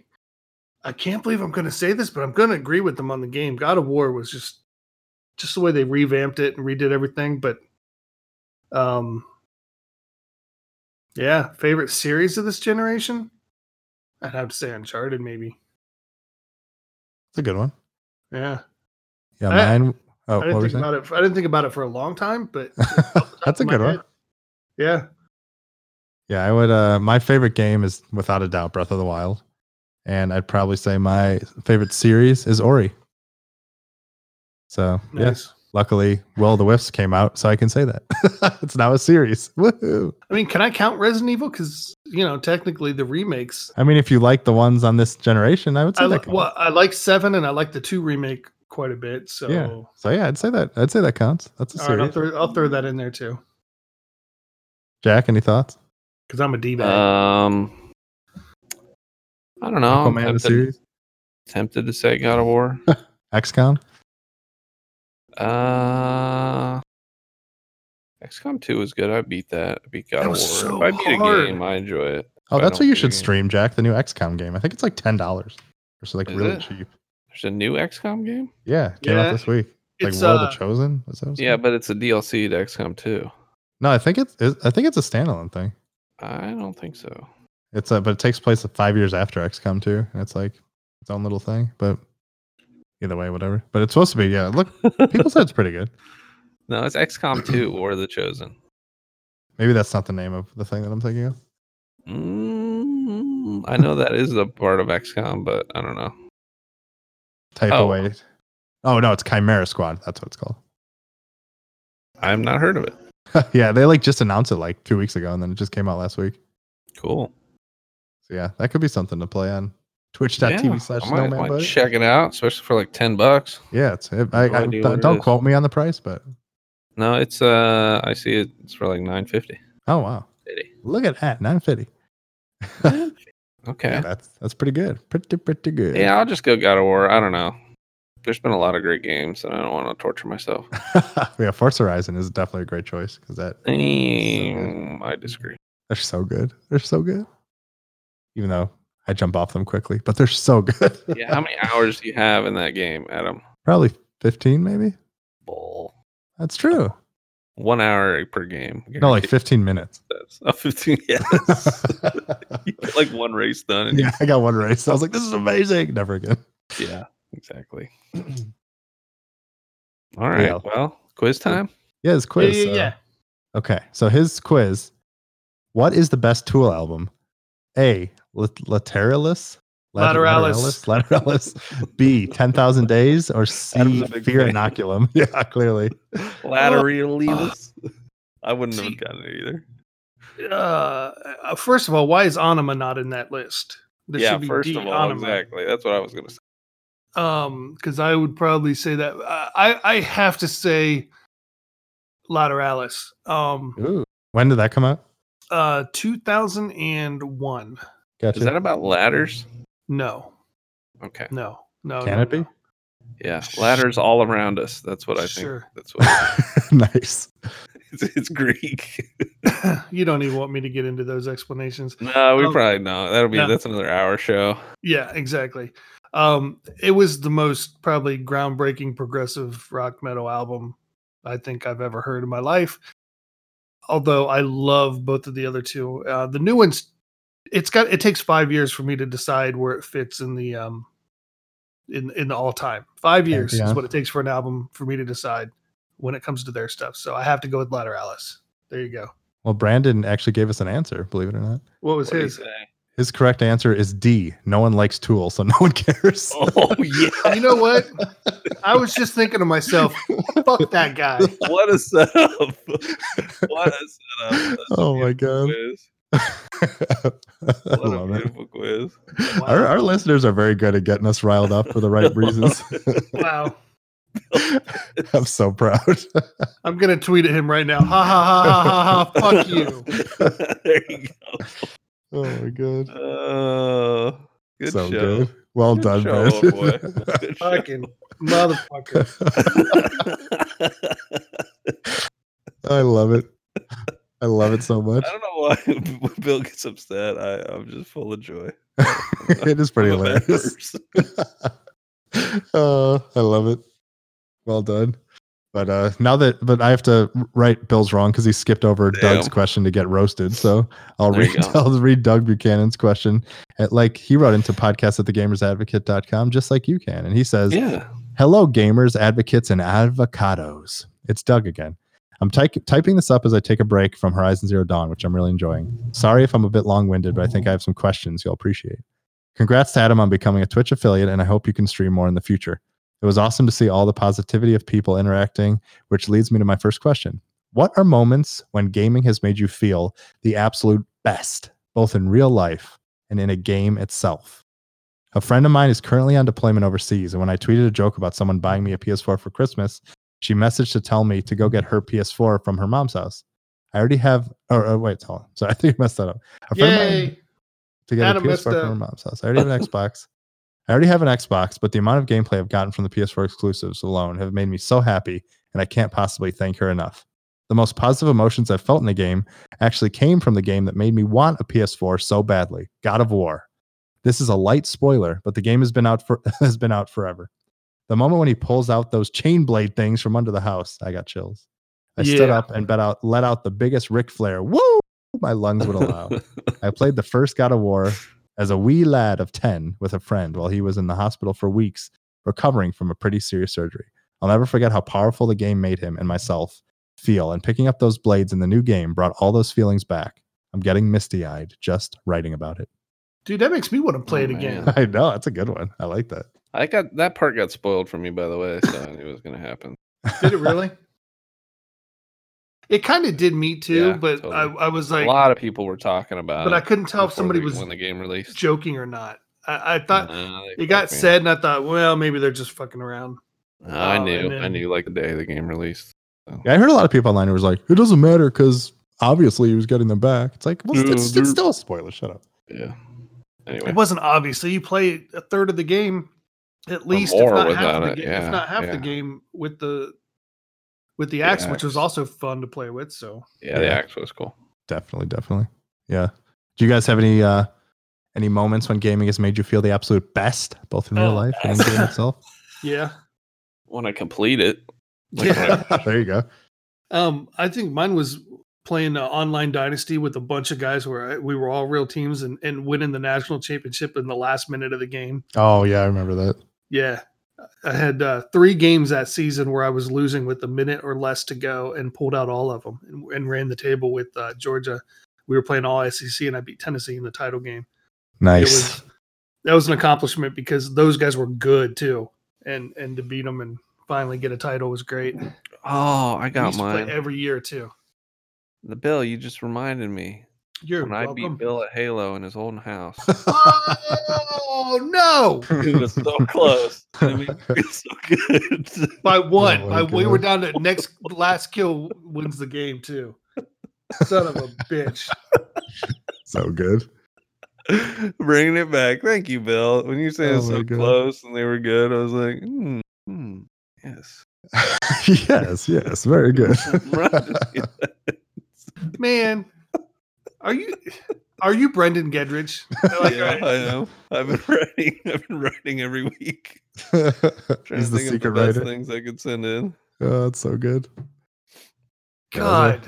Speaker 3: I can't believe I'm going to say this, but I'm going to agree with them on the game. God of War was just just the way they revamped it and redid everything. But um, yeah, favorite series of this generation? I'd have to say Uncharted, maybe.
Speaker 1: It's a good one.
Speaker 3: Yeah,
Speaker 1: Yeah,
Speaker 3: I-
Speaker 1: mine. Oh,
Speaker 3: I
Speaker 1: what
Speaker 3: didn't
Speaker 1: were you
Speaker 3: think
Speaker 1: saying?
Speaker 3: about it. I didn't think about it for a long time, but
Speaker 1: That's a
Speaker 3: my
Speaker 1: good one.
Speaker 3: head- yeah,
Speaker 1: Yeah, I would. Uh, my favorite game is without a doubt Breath of the Wild, and I'd probably say my favorite series is Ori. So yes,
Speaker 3: nice.
Speaker 1: luckily, Will of the Wisps came out, so I can say that it's now a series. Woohoo!
Speaker 3: I mean, can I count Resident Evil? Because you know, technically, the remakes.
Speaker 1: I mean, if you like the ones on this generation, I would say
Speaker 3: I
Speaker 1: that.
Speaker 3: like
Speaker 1: counts.
Speaker 3: well, I like seven, and I like the two remake quite a bit. So.
Speaker 1: So yeah, I'd say that. I'd say that counts. That's a
Speaker 3: All right, I'll
Speaker 1: series.
Speaker 3: throw, I'll throw that in there too,
Speaker 1: Jack, any thoughts?
Speaker 3: because I'm a D bag.
Speaker 2: Um, I don't know.
Speaker 1: Aquaman
Speaker 2: I'm
Speaker 1: the
Speaker 2: tempted,
Speaker 1: series,
Speaker 2: tempted to say God of War.
Speaker 1: XCOM.
Speaker 2: Uh, XCOM 2 is good. I beat that. I beat God
Speaker 3: That
Speaker 2: of War.
Speaker 3: was so
Speaker 2: if I beat
Speaker 3: hard.
Speaker 2: a game, I enjoy it.
Speaker 1: Oh,
Speaker 2: If
Speaker 1: that's
Speaker 2: I don't
Speaker 1: what you
Speaker 2: beat a
Speaker 1: should
Speaker 2: game-
Speaker 1: stream, Jack. The new XCOM game. I think it's like ten dollars, or so like
Speaker 2: Is
Speaker 1: really
Speaker 2: it?
Speaker 1: cheap.
Speaker 2: There's a new XCOM game?
Speaker 1: Yeah, it came
Speaker 3: Yeah.
Speaker 1: out this week.
Speaker 3: it's
Speaker 1: like War
Speaker 3: uh,
Speaker 1: of the Chosen. Is that what it's
Speaker 2: Yeah,
Speaker 1: called?
Speaker 2: but it's a DLC to XCOM 2.
Speaker 1: no, I think it's it- I think it's a standalone thing.
Speaker 2: I don't think so.
Speaker 1: It's a, but it takes place five years after XCOM 2, and it's like its own little thing. But either way, whatever. But it's supposed to be. Yeah, look, people said it's pretty good.
Speaker 2: No, it's XCOM 2 or The Chosen.
Speaker 1: Maybe that's not the name of the thing that I'm thinking of.
Speaker 2: Mm, I know that is a part of XCOM, but I don't know.
Speaker 1: Type
Speaker 2: Oh.
Speaker 1: away. Oh no, it's Chimera Squad. That's what it's called.
Speaker 2: I have not heard of it.
Speaker 1: yeah, they like just announced it like two weeks ago, and then it just came out last week.
Speaker 2: Cool.
Speaker 1: So yeah, that could be something to play on
Speaker 2: Yeah,
Speaker 1: Twitch.tv slash
Speaker 2: I might,
Speaker 1: Snowman
Speaker 2: might
Speaker 1: Buddy.
Speaker 2: check it out, especially for like 10 bucks.
Speaker 1: Yeah, it's. It, I,
Speaker 2: No
Speaker 1: I,
Speaker 2: idea what
Speaker 1: don't
Speaker 2: it
Speaker 1: don't
Speaker 2: is.
Speaker 1: quote me on the price, but
Speaker 2: No, it's uh I see it, it's for like 950.
Speaker 1: oh wow, look at that nine fifty.
Speaker 2: okay.
Speaker 1: Yeah, that's that's pretty good. Pretty pretty good.
Speaker 2: Yeah, I'll just go God of War. I don't know. There's been a lot of great games, and I don't want to torture myself.
Speaker 1: yeah, Forza Horizon is definitely a great choice because that
Speaker 2: Mm, I disagree.
Speaker 1: they're so good. They're so good. Even though I jump off them quickly, but they're so good.
Speaker 2: Yeah, how many hours do you have in that game, Adam?
Speaker 1: Probably fifteen, maybe.
Speaker 2: Bull.
Speaker 1: That's true.
Speaker 2: One hour per game.
Speaker 1: No, like fifteen minutes.
Speaker 2: That's- oh, 15. Yes. you get like one race done. And
Speaker 1: yeah, I got one race. I was like, this is amazing. Never again.
Speaker 2: You, yeah, exactly. All right.
Speaker 1: Yeah.
Speaker 2: Well, quiz time.
Speaker 1: Yeah, it's quiz. uh?
Speaker 3: yeah, yeah,
Speaker 1: so-
Speaker 3: yeah.
Speaker 1: Okay, so his quiz: What is the best Tool album? A. Lat- Lateralis. Lat-
Speaker 3: Lateralis.
Speaker 1: Lateralis. Lateralis. B. Ten Thousand Days. Or C.
Speaker 2: Adam's a big
Speaker 1: Fear
Speaker 2: fan.
Speaker 1: Inoculum. Yeah, clearly.
Speaker 2: Laterally. I wouldn't
Speaker 3: See-
Speaker 2: have gotten it either.
Speaker 3: Uh, uh, first of all, why is Anima not in that list? There
Speaker 2: yeah,
Speaker 3: should be
Speaker 2: first of all,
Speaker 3: deonomized.
Speaker 2: exactly. That's what I was gonna say.
Speaker 3: Um, because I would probably say that I I I have to say Lateralis. Um,
Speaker 1: Ooh. When did that come out?
Speaker 3: uh, two thousand and one.
Speaker 1: Gotcha.
Speaker 2: Is that about ladders?
Speaker 3: No,
Speaker 2: Okay.
Speaker 3: no, no.
Speaker 1: Can
Speaker 3: no,
Speaker 1: it be?
Speaker 3: no.
Speaker 2: Yeah, ladders all around us. That's what I think.
Speaker 3: Sure.
Speaker 2: That's what
Speaker 1: nice.
Speaker 2: it's, it's Greek.
Speaker 3: you don't even want me to get into those explanations.
Speaker 2: No, we
Speaker 3: Um,
Speaker 2: probably not. That'll be
Speaker 3: no.
Speaker 2: that's another hour show.
Speaker 3: Yeah, exactly. Um, it was the most probably groundbreaking progressive rock metal album I think I've ever heard in my life. Although I love both of the other two, uh, the new ones, it's got it takes five years for me to decide where it fits in the um, in in the all time. Five years
Speaker 1: yeah.
Speaker 3: is what it takes for an album for me to decide when it comes to their stuff. So I have to go with Lateralis. There you go.
Speaker 1: Well, Brandon actually gave us an answer, believe it or not.
Speaker 3: What was
Speaker 2: What do you
Speaker 3: his?
Speaker 2: say?
Speaker 1: His correct answer is D. No one likes Tool, so no one cares.
Speaker 2: Oh yeah.
Speaker 3: You know what? I was just thinking to myself, fuck that guy.
Speaker 2: What a setup. what a setup. That's
Speaker 1: Oh my
Speaker 2: a
Speaker 1: god.
Speaker 2: quiz.
Speaker 1: I
Speaker 2: What a
Speaker 1: love it.
Speaker 2: beautiful quiz.
Speaker 1: Our, our listeners are very good at getting us riled up for the right reasons.
Speaker 3: Wow.
Speaker 1: I'm so proud.
Speaker 3: I'm gonna tweet at him right now. Ha ha ha ha ha! ha fuck you.
Speaker 2: there you
Speaker 1: Oh my
Speaker 2: Uh,
Speaker 1: god.
Speaker 2: go. Uh, good
Speaker 1: so
Speaker 2: show.
Speaker 1: good. Well
Speaker 2: Good
Speaker 1: done,
Speaker 2: show, old boy. Good show.
Speaker 3: Fucking motherfucker.
Speaker 1: I love it. I love it so much.
Speaker 2: I don't know why Bill gets upset. I, I'm just full of joy.
Speaker 1: it is pretty
Speaker 2: I'm a bad
Speaker 1: hilarious.
Speaker 2: person.
Speaker 1: oh, I love it. Well done. But uh now that but I have to write Bill's wrong because he skipped over Doug's
Speaker 2: Damn.
Speaker 1: question to get roasted. So I'll
Speaker 2: There you
Speaker 1: read
Speaker 2: go.
Speaker 1: I'll read Doug Buchanan's question at like he wrote into podcast at thegamersadvocate.com just like you can. And he says,
Speaker 2: Yeah.
Speaker 1: Hello, gamers, advocates, and avocados. It's Doug again. I'm ty- typing this up as I take a break from Horizon Zero Dawn, which I'm really enjoying. Sorry if I'm a bit long winded, but I think I have some questions you'll appreciate. Congrats to Adam on becoming a Twitch affiliate, and I hope you can stream more in the future. It was awesome to see all the positivity of people interacting, which leads me to my first question What are moments when gaming has made you feel the absolute best, both in real life and in a game itself? A friend of mine is currently on deployment overseas, and when I tweeted a joke about someone buying me a PS4 for Christmas, she messaged to tell me to go get her PS4 from her mom's house. I already have. Or, or wait, hold on. Sorry, I think I messed that up. A friend of mine
Speaker 3: Yay!
Speaker 1: to get
Speaker 3: Adam
Speaker 1: a PS4
Speaker 3: messed
Speaker 1: from
Speaker 3: up.
Speaker 1: her mom's house. I already have an Xbox. I already have an Xbox, but the amount of gameplay I've gotten from the PS4 exclusives alone have made me so happy, and I can't possibly thank her enough. The most positive emotions I've felt in the game actually came from the game that made me want a PS4 so badly God of War. This is a light spoiler, but the game has been out for has been out forever. The moment when he pulls out those chain blade things from under the house, I got chills. I stood
Speaker 3: Yeah.
Speaker 1: up and bet out, let out the biggest Ric Flair. Woo! My lungs would allow. I played the first God of War as a wee lad of 10 with a friend while he was in the hospital for weeks recovering from a pretty serious surgery. I'll never forget how powerful the game made him and myself feel, and picking up those blades in the new game brought all those feelings back. I'm getting misty eyed just writing about it.
Speaker 3: Dude, that makes me want to play
Speaker 2: Oh,
Speaker 3: it again.
Speaker 2: man.
Speaker 1: I know, that's a good one. I like that.
Speaker 2: I got that part got spoiled for me, by the way. So I knew it was going to happen.
Speaker 3: Did it really? It kind of did me too,
Speaker 2: Yeah,
Speaker 3: but I,
Speaker 2: totally.
Speaker 3: I was
Speaker 2: a
Speaker 3: like,
Speaker 2: lot of people were talking about
Speaker 3: but I
Speaker 2: it.
Speaker 3: couldn't tell if
Speaker 2: before
Speaker 3: somebody
Speaker 2: the-
Speaker 3: was
Speaker 2: when the game released.
Speaker 3: joking or not. I, I thought
Speaker 2: Nah, they
Speaker 3: it got
Speaker 2: fucking-
Speaker 3: said, and I thought, well, maybe they're just fucking around.
Speaker 2: Nah, I
Speaker 3: Oh,
Speaker 2: knew.
Speaker 3: and
Speaker 2: I
Speaker 3: then-
Speaker 2: knew like the day the game released.
Speaker 1: Yeah, I heard a lot of people online who was like, it doesn't matter because obviously he was getting them back. It's like, well,
Speaker 2: Yeah,
Speaker 1: it's,
Speaker 2: they're-
Speaker 1: it's still a spoiler. Shut up.
Speaker 2: Yeah. Anyway,
Speaker 3: It wasn't obviously you play a third of the game, at least, if
Speaker 2: more
Speaker 3: not, half
Speaker 2: without
Speaker 3: the
Speaker 2: it,
Speaker 3: ga-
Speaker 2: yeah,
Speaker 3: if not half
Speaker 2: yeah.
Speaker 3: the game with the with the
Speaker 2: The
Speaker 3: axe, which was
Speaker 2: axe.
Speaker 3: also fun to play with. So
Speaker 2: yeah, the
Speaker 1: Yeah.
Speaker 2: axe was cool.
Speaker 1: Definitely, definitely. Yeah. Do you guys have any uh any moments when gaming has made you feel the absolute best, both in real
Speaker 3: Oh,
Speaker 1: life and in the game itself?
Speaker 3: yeah.
Speaker 2: When I complete it, like, when I-
Speaker 3: Yeah.
Speaker 1: there you go.
Speaker 3: Um, I think mine was playing uh, online dynasty with a bunch of guys where I, we were all real teams and, and winning the national championship in the last minute of the game.
Speaker 1: Oh yeah, I remember that.
Speaker 3: Yeah. I had uh, three games that season where I was losing with a minute or less to go and pulled out all of them and, and ran the table with uh, Georgia. We were playing all SEC and I beat Tennessee in the title game. It
Speaker 1: Nice.
Speaker 3: was that was an accomplishment because those guys were good too, and and to beat them and finally get a title was great.
Speaker 2: oh, I
Speaker 3: We
Speaker 2: got
Speaker 3: used to play
Speaker 2: mine.
Speaker 3: every year too.
Speaker 2: the bill you just reminded me.
Speaker 3: You're
Speaker 2: When I beat
Speaker 3: welcome.
Speaker 2: Bill at Halo in his old house.
Speaker 3: oh no!
Speaker 2: Dude, that's so close. I mean, it's so good.
Speaker 3: By one,
Speaker 1: Oh my
Speaker 3: by we were
Speaker 1: God.
Speaker 3: down to next last kill wins the game too. Son of a bitch!
Speaker 1: so good.
Speaker 2: Bringing it back. Thank you, Bill. When you say
Speaker 1: Oh
Speaker 2: it's
Speaker 1: my
Speaker 2: so
Speaker 1: God.
Speaker 2: close and they were good, I was like, hmm, hmm, yes.
Speaker 1: yes, yes, very good.
Speaker 2: Right.
Speaker 3: Man, are you are you Brendan Gedridge? Like,
Speaker 2: yeah, I know. I've been writing. I've been writing every week. Trying
Speaker 1: He's
Speaker 2: to
Speaker 1: the
Speaker 2: think
Speaker 1: secret
Speaker 2: of the best
Speaker 1: writer.
Speaker 2: things I could send in.
Speaker 1: Oh, that's so good.
Speaker 3: God,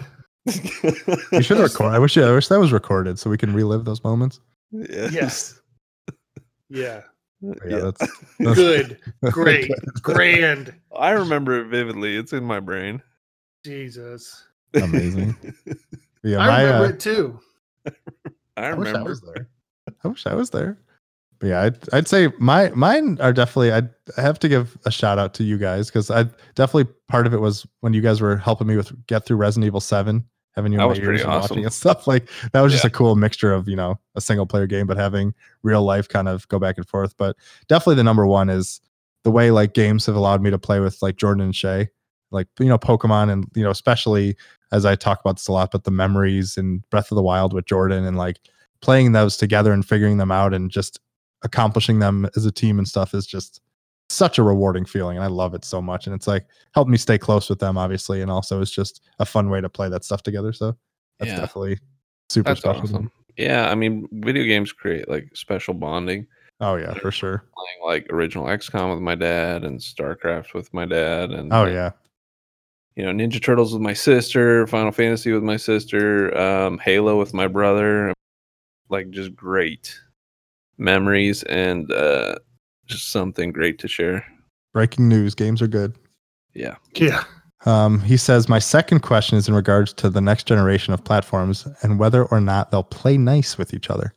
Speaker 1: You should record. I wish. I wish that was recorded so we can relive those moments.
Speaker 2: Yes. Uh,
Speaker 3: yes, yeah,
Speaker 1: But yeah, that's that's-
Speaker 3: good, great, grand,
Speaker 2: I remember it vividly. It's in my brain.
Speaker 3: Jesus!
Speaker 1: Amazing. Yeah,
Speaker 3: I
Speaker 1: my, uh,
Speaker 3: remember it too.
Speaker 2: I
Speaker 1: I wish I
Speaker 2: remember.
Speaker 1: was there. I wish I was there. But yeah, I'd, I'd say my mine are definitely. I'd, I have to give a shout out to you guys because I definitely part of it was when you guys were helping me with get through Resident Evil Seven, having you
Speaker 2: That
Speaker 1: in my
Speaker 2: was pretty
Speaker 1: ears and
Speaker 2: awesome.
Speaker 1: watching and stuff. Like that was just a cool mixture of you know a single player game, but having real life kind of go back and forth. But definitely the number one is the way like games have allowed me to play with like Jordan and Shay, like you know Pokemon and you know especially as I talk about this a lot, but the memories and Breath of the Wild with Jordan and like playing those together and figuring them out and just accomplishing them as a team and stuff is just such a rewarding feeling and I love it so much and it's like helped me stay close with them obviously and also it's just a fun way to play that stuff together so that's
Speaker 2: Yeah.
Speaker 1: definitely super
Speaker 2: That's
Speaker 1: special to me.
Speaker 2: awesome. Yeah, I mean, video games create like special bonding.
Speaker 1: oh yeah for sure
Speaker 2: Playing like original XCOM with my dad and StarCraft with my dad, and
Speaker 1: oh yeah
Speaker 2: you know, Ninja Turtles with my sister, Final Fantasy with my sister, um, Halo with my brother. Like just great memories and uh, just something great to share.
Speaker 1: breaking news games are good
Speaker 2: Yeah.
Speaker 3: Yeah,
Speaker 1: Um, he says, My second question is in regards to the next generation of platforms and whether or not they'll play nice with each other.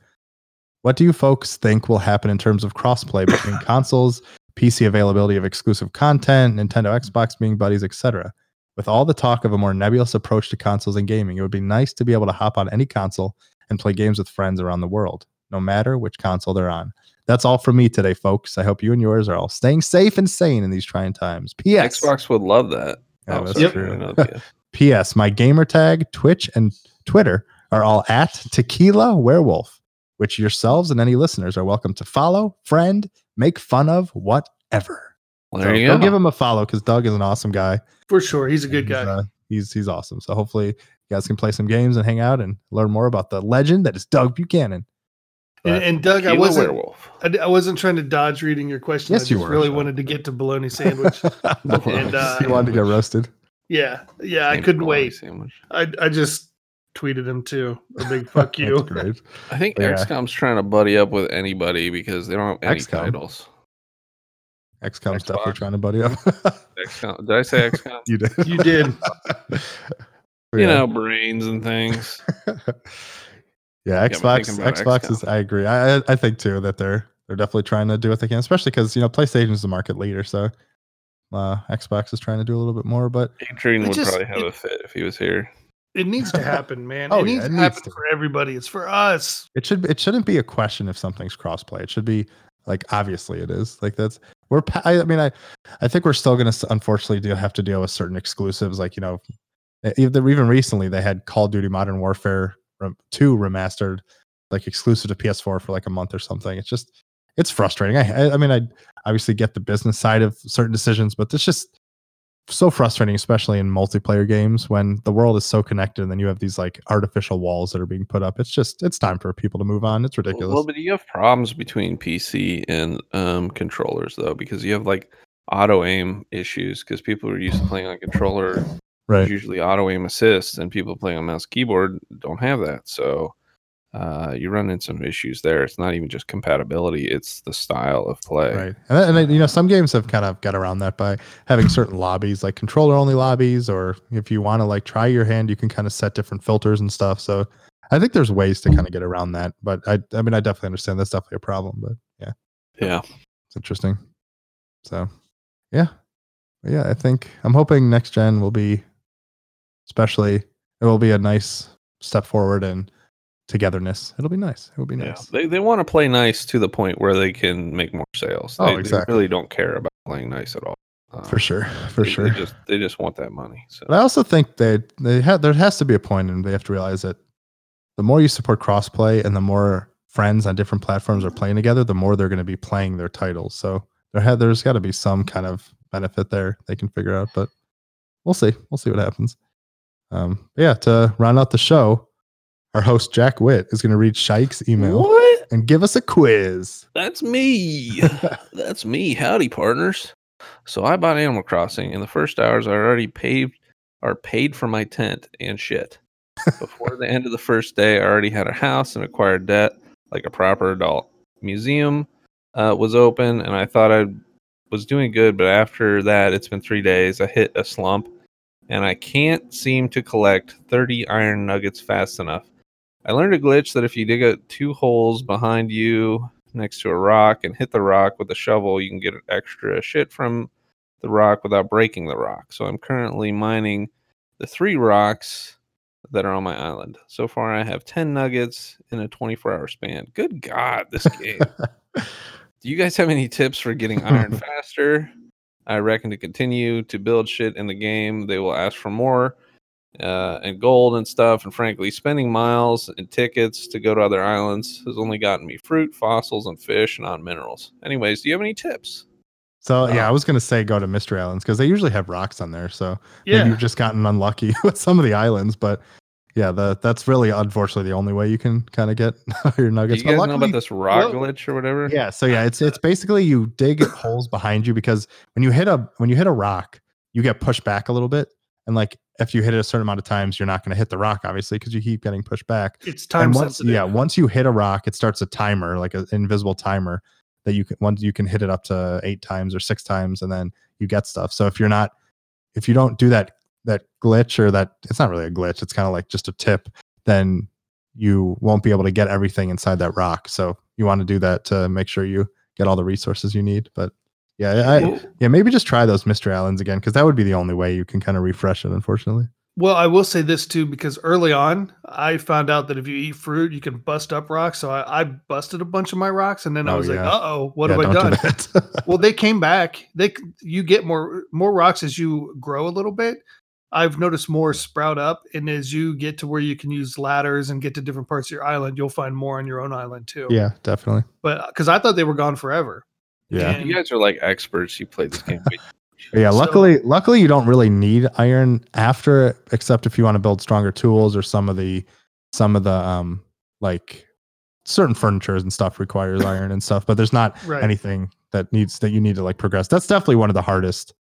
Speaker 1: What do you folks think will happen in terms of crossplay between consoles, PC availability of exclusive content, Nintendo, Xbox being buddies, etc.? With all the talk of a more nebulous approach to consoles and gaming, it would be nice to be able to hop on any console and play games with friends around the world, no matter which console they're on. That's all from me today, folks. I hope you and yours are all staying safe and sane in these trying times. P.S.
Speaker 2: Xbox would love that.
Speaker 1: Yeah,
Speaker 2: Oh,
Speaker 1: that's
Speaker 2: sorry,
Speaker 3: Yep.
Speaker 1: true.
Speaker 2: I know the-
Speaker 1: P.S. My gamer tag, Twitch, and Twitter are all at Tequila Werewolf, which yourselves and any listeners are welcome to follow, friend, make fun of, whatever.
Speaker 2: Well,
Speaker 1: So
Speaker 2: there you
Speaker 1: go
Speaker 2: go.
Speaker 1: give him a follow because Doug is an awesome guy.
Speaker 3: for sure. He's a good
Speaker 1: He's,
Speaker 3: guy.
Speaker 1: uh, he's he's awesome. So hopefully you guys can play some games and hang out and learn more about the legend that is Doug Buchanan.
Speaker 3: and,
Speaker 1: but-
Speaker 3: and Doug, I
Speaker 2: Gila
Speaker 3: wasn't.
Speaker 2: werewolf.
Speaker 3: I, I wasn't trying to dodge reading your question. I
Speaker 1: Yes, you
Speaker 3: just
Speaker 1: were,
Speaker 3: really
Speaker 1: Sean.
Speaker 3: wanted to get to bologna sandwich.
Speaker 2: And,
Speaker 3: uh,
Speaker 1: he wanted to get roasted.
Speaker 3: yeah, yeah, I
Speaker 2: Maybe
Speaker 3: couldn't
Speaker 2: bologna
Speaker 3: wait.
Speaker 2: Sandwich.
Speaker 3: I I just tweeted him too. A big fuck
Speaker 1: That's
Speaker 3: you.
Speaker 1: great.
Speaker 2: I think
Speaker 1: Yeah.
Speaker 2: XCOM's trying to buddy up with anybody because they don't have any
Speaker 1: XCOM.
Speaker 2: titles.
Speaker 1: XCOM's definitely
Speaker 2: Xbox.
Speaker 1: trying to buddy up.
Speaker 2: XCOM. Did I say XCOM?
Speaker 1: you did.
Speaker 3: You did.
Speaker 2: You know, brains and things.
Speaker 1: yeah,
Speaker 2: but
Speaker 1: Xbox.
Speaker 2: thinking about
Speaker 1: Xbox
Speaker 2: XCOM.
Speaker 1: is. I agree. I I- I think too that they're they're definitely trying to do what they can, especially because you know PlayStation is the market leader, so uh, Xbox is trying to do a little bit more. But
Speaker 2: Adrian
Speaker 3: It
Speaker 2: would
Speaker 3: just-
Speaker 2: probably have
Speaker 3: it-
Speaker 2: a fit if he was here.
Speaker 3: It needs to happen, man.
Speaker 1: Oh,
Speaker 3: it
Speaker 1: yeah,
Speaker 3: needs
Speaker 1: it
Speaker 3: to
Speaker 1: needs
Speaker 3: happen
Speaker 1: to.
Speaker 3: for everybody. It's for us.
Speaker 1: it should it shouldn't be a question if something's crossplay. It should be like obviously it is. Like that's we're. Pa- I, I mean I I think we're still gonna s- unfortunately do have to deal with certain exclusives. Like you know, e- even even recently they had Call of Duty Modern Warfare rem- two remastered, like exclusive to PS4 for like a month or something. It's just it's frustrating. I I, I mean I obviously get the business side of certain decisions, but it's just so frustrating, especially in multiplayer games when the world is so connected and then you have these like artificial walls that are being put up. It's just it's time for people to move on. It's ridiculous.
Speaker 2: Well, but you have problems between PC and um, controllers though, because you have like auto aim issues because people are used to playing on controller there's
Speaker 1: right.
Speaker 2: usually auto aim assist, and people playing on mouse keyboard don't have that. So uh, you run into some issues there. It's not even just compatibility; it's the style of play.
Speaker 1: Right. And, then- and then, you know, some games have kind of got around that by having certain lobbies, like controller only lobbies, or if you want to like try your hand, you can kind of set different filters and stuff. So I think there's ways to kind of get around that. But I, I mean, I definitely understand that's definitely a problem, but yeah,
Speaker 2: Yeah.
Speaker 1: it's interesting. So yeah. But yeah. I think I'm hoping next gen will be, especially, it will be a nice step forward in togetherness. It'll be nice. It'll be
Speaker 2: Yeah.
Speaker 1: nice.
Speaker 2: They they want to play nice to the point where they can make more sales.
Speaker 1: Oh,
Speaker 2: They- they
Speaker 1: exactly.
Speaker 2: really don't care about playing nice at all. Um,
Speaker 1: For sure. For
Speaker 2: they-
Speaker 1: sure.
Speaker 2: They just they just want that money. So
Speaker 1: But I also think they they ha- there has to be a point, and they have to realize that the more you support crossplay and the more friends on different platforms are playing together, the more they're going to be playing their titles. So there ha- there's got to be some kind of benefit there they can figure out, but we'll see. We'll see what happens. Um, yeah, to round out the show, our host Jack Witt is going to read Shike's email
Speaker 2: What?
Speaker 1: and give us a quiz.
Speaker 2: That's me. That's me. Howdy, partners. So I bought Animal Crossing. In the first hours, I already paid or paid for my tent and shit. Before the end of the first day, I already had a house and acquired debt like a proper adult. Museum uh, was open, and I thought I was doing good, but after that, it's been three days. I hit a slump, and I can't seem to collect 30 iron nuggets fast enough. I learned a glitch that if you dig out two holes behind you next to a rock and hit the rock with a shovel, you can get extra shit from the rock without breaking the rock. So I'm currently mining the three rocks that are on my island. So far, I have 10 nuggets in a 24 hour span. Good God, this game. Do you guys have any tips for getting iron faster? I reckon to continue to build shit in the game, they will ask for more uh, and gold and stuff. And frankly, spending miles and tickets to go to other islands has only gotten me fruit, fossils, and fish, not minerals. Anyways, do you have any tips?
Speaker 1: So yeah,
Speaker 2: Wow.
Speaker 1: I was going to say go to Mystery Islands because they usually have rocks on there. So
Speaker 3: Yeah.
Speaker 1: Maybe you've just gotten unlucky with some of the islands, but yeah, the, that's really unfortunately the only way you can kind of get your
Speaker 2: Do
Speaker 1: nuggets.
Speaker 2: you guys
Speaker 1: But
Speaker 2: know
Speaker 1: luckily-
Speaker 2: about this rock
Speaker 3: Well-
Speaker 2: glitch or whatever?
Speaker 1: Yeah, so yeah, it's it's basically you dig holes behind you because when you hit a when you hit a rock, you get pushed back a little bit, and like if you hit it a certain amount of times, you're not going to hit the rock obviously because you keep getting pushed back
Speaker 3: It's time
Speaker 1: and once,
Speaker 3: sensitive.
Speaker 1: Yeah, once you hit a rock, it starts a timer, like an invisible timer that you can once you can hit it up to eight times or six times, and then you get stuff. So if you're not, if you don't do that that glitch or that it's not really a glitch, it's kind of like just a tip, then you won't be able to get everything inside that rock. So you want to do that to make sure you get all the resources you need. But yeah, I,
Speaker 2: Well,
Speaker 1: yeah, maybe just try those mystery islands again because that would be the only way you can kind of refresh it. Unfortunately.
Speaker 3: Well, I will say this too, because early on I found out that if you eat fruit, you can bust up rocks. So I, I busted a bunch of my rocks, and then I
Speaker 1: Oh,
Speaker 3: was like,
Speaker 1: yeah.
Speaker 3: "Uh oh, what
Speaker 1: Yeah,
Speaker 3: have
Speaker 1: don't
Speaker 3: I done?"
Speaker 1: do that.
Speaker 3: well, they came back. They c- you get more more rocks as you grow a little bit. I've noticed more sprout up, and as you get to where you can use ladders and get to different parts of your island, you'll find more on your own island too.
Speaker 1: yeah, definitely.
Speaker 3: but because I thought they were gone forever.
Speaker 1: Yeah.
Speaker 2: You guys are like experts. You played this game. way
Speaker 1: Yeah,
Speaker 3: So-
Speaker 1: luckily, luckily you don't really need iron after, it, except if you want to build stronger tools or some of the, some of the um like, certain furnitures and stuff requires iron and stuff. But there's not
Speaker 3: Right.
Speaker 1: anything that needs that you need to like progress. That's definitely one of the hardest,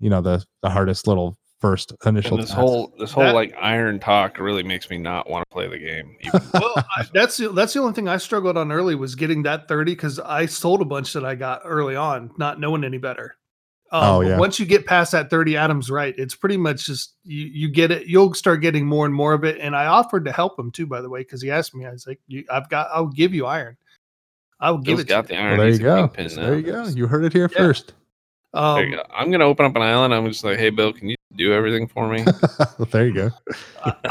Speaker 1: you know, the the hardest little first initial.
Speaker 2: And this
Speaker 1: task.
Speaker 2: whole this whole
Speaker 3: That-
Speaker 2: like iron talk really makes me not want to play the game. even-
Speaker 3: well, I, that's the, that's the only thing I struggled on early was getting that thirty because I sold a bunch that I got early on, not knowing any better. Um,
Speaker 1: Oh,
Speaker 3: but
Speaker 1: yeah.
Speaker 3: Once you get past that thirty, Adam's right. It's pretty much just you you get it. You'll start getting more and more of it. And I offered to help him too, by the way, because he asked me. I was like, you, "I've got. I'll give you iron. I will give
Speaker 2: Bill's
Speaker 3: it
Speaker 2: got
Speaker 3: to
Speaker 2: the
Speaker 3: you."
Speaker 1: Well,
Speaker 2: iron.
Speaker 1: there
Speaker 2: He's
Speaker 1: you
Speaker 2: a
Speaker 1: go.
Speaker 2: kingpin now.
Speaker 1: There you go. You heard it here
Speaker 3: Yeah.
Speaker 1: first.
Speaker 3: Um,
Speaker 2: There you go. I'm gonna open up an island. I'm just like, hey, Bill, can you do everything for me?
Speaker 1: there you go.
Speaker 3: I,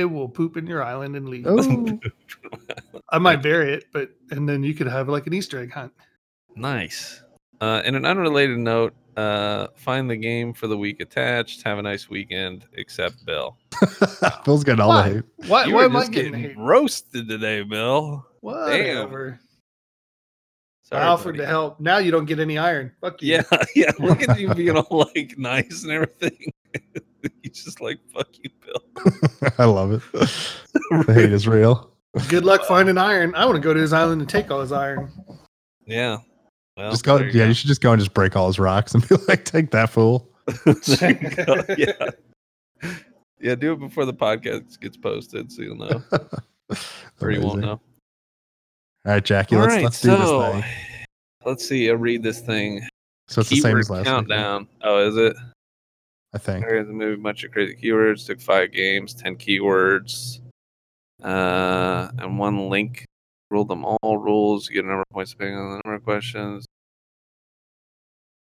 Speaker 3: I will poop in your island and leave.
Speaker 1: Oh,
Speaker 3: I might bury it, but and then you could have like an Easter egg hunt.
Speaker 2: Nice. Uh, in an unrelated note, uh, find the game for the week attached. Have a nice weekend, except Bill.
Speaker 1: Bill's getting all the
Speaker 3: Why?
Speaker 1: hate.
Speaker 3: Why,
Speaker 2: You
Speaker 3: why
Speaker 2: are
Speaker 3: am I
Speaker 2: just
Speaker 3: getting, hate?
Speaker 2: roasted today, Bill.
Speaker 3: Whatever.
Speaker 2: Sorry,
Speaker 3: I offered
Speaker 2: buddy.
Speaker 3: to help. Now you don't get any iron. Fuck you.
Speaker 2: Yeah, yeah. Look at you being all like nice and everything. He's just like, fuck you, Bill.
Speaker 1: I love it. The hate is real.
Speaker 3: Good luck finding iron. I want to go to his island and take all his iron.
Speaker 2: Yeah. Well,
Speaker 1: just go.
Speaker 2: Oh, there
Speaker 1: Yeah, you should just go and just break all his rocks and be like, take that fool.
Speaker 2: There you go. yeah. Yeah, do it before the podcast gets posted so you'll know. Or you won't
Speaker 1: Amazing.
Speaker 2: know.
Speaker 1: All right, Jackie,
Speaker 2: All
Speaker 1: let's
Speaker 2: right,
Speaker 1: let's do
Speaker 2: so-
Speaker 1: this thing.
Speaker 2: Let's see. I read this thing.
Speaker 1: So it's the same as last week, right?
Speaker 2: countdown. Oh, is it?
Speaker 1: I think.
Speaker 2: There is a movie, bunch of crazy keywords. Took five games, ten keywords, uh, and one link. Ruled them all. Rules. You get a number of points depending on the number of questions.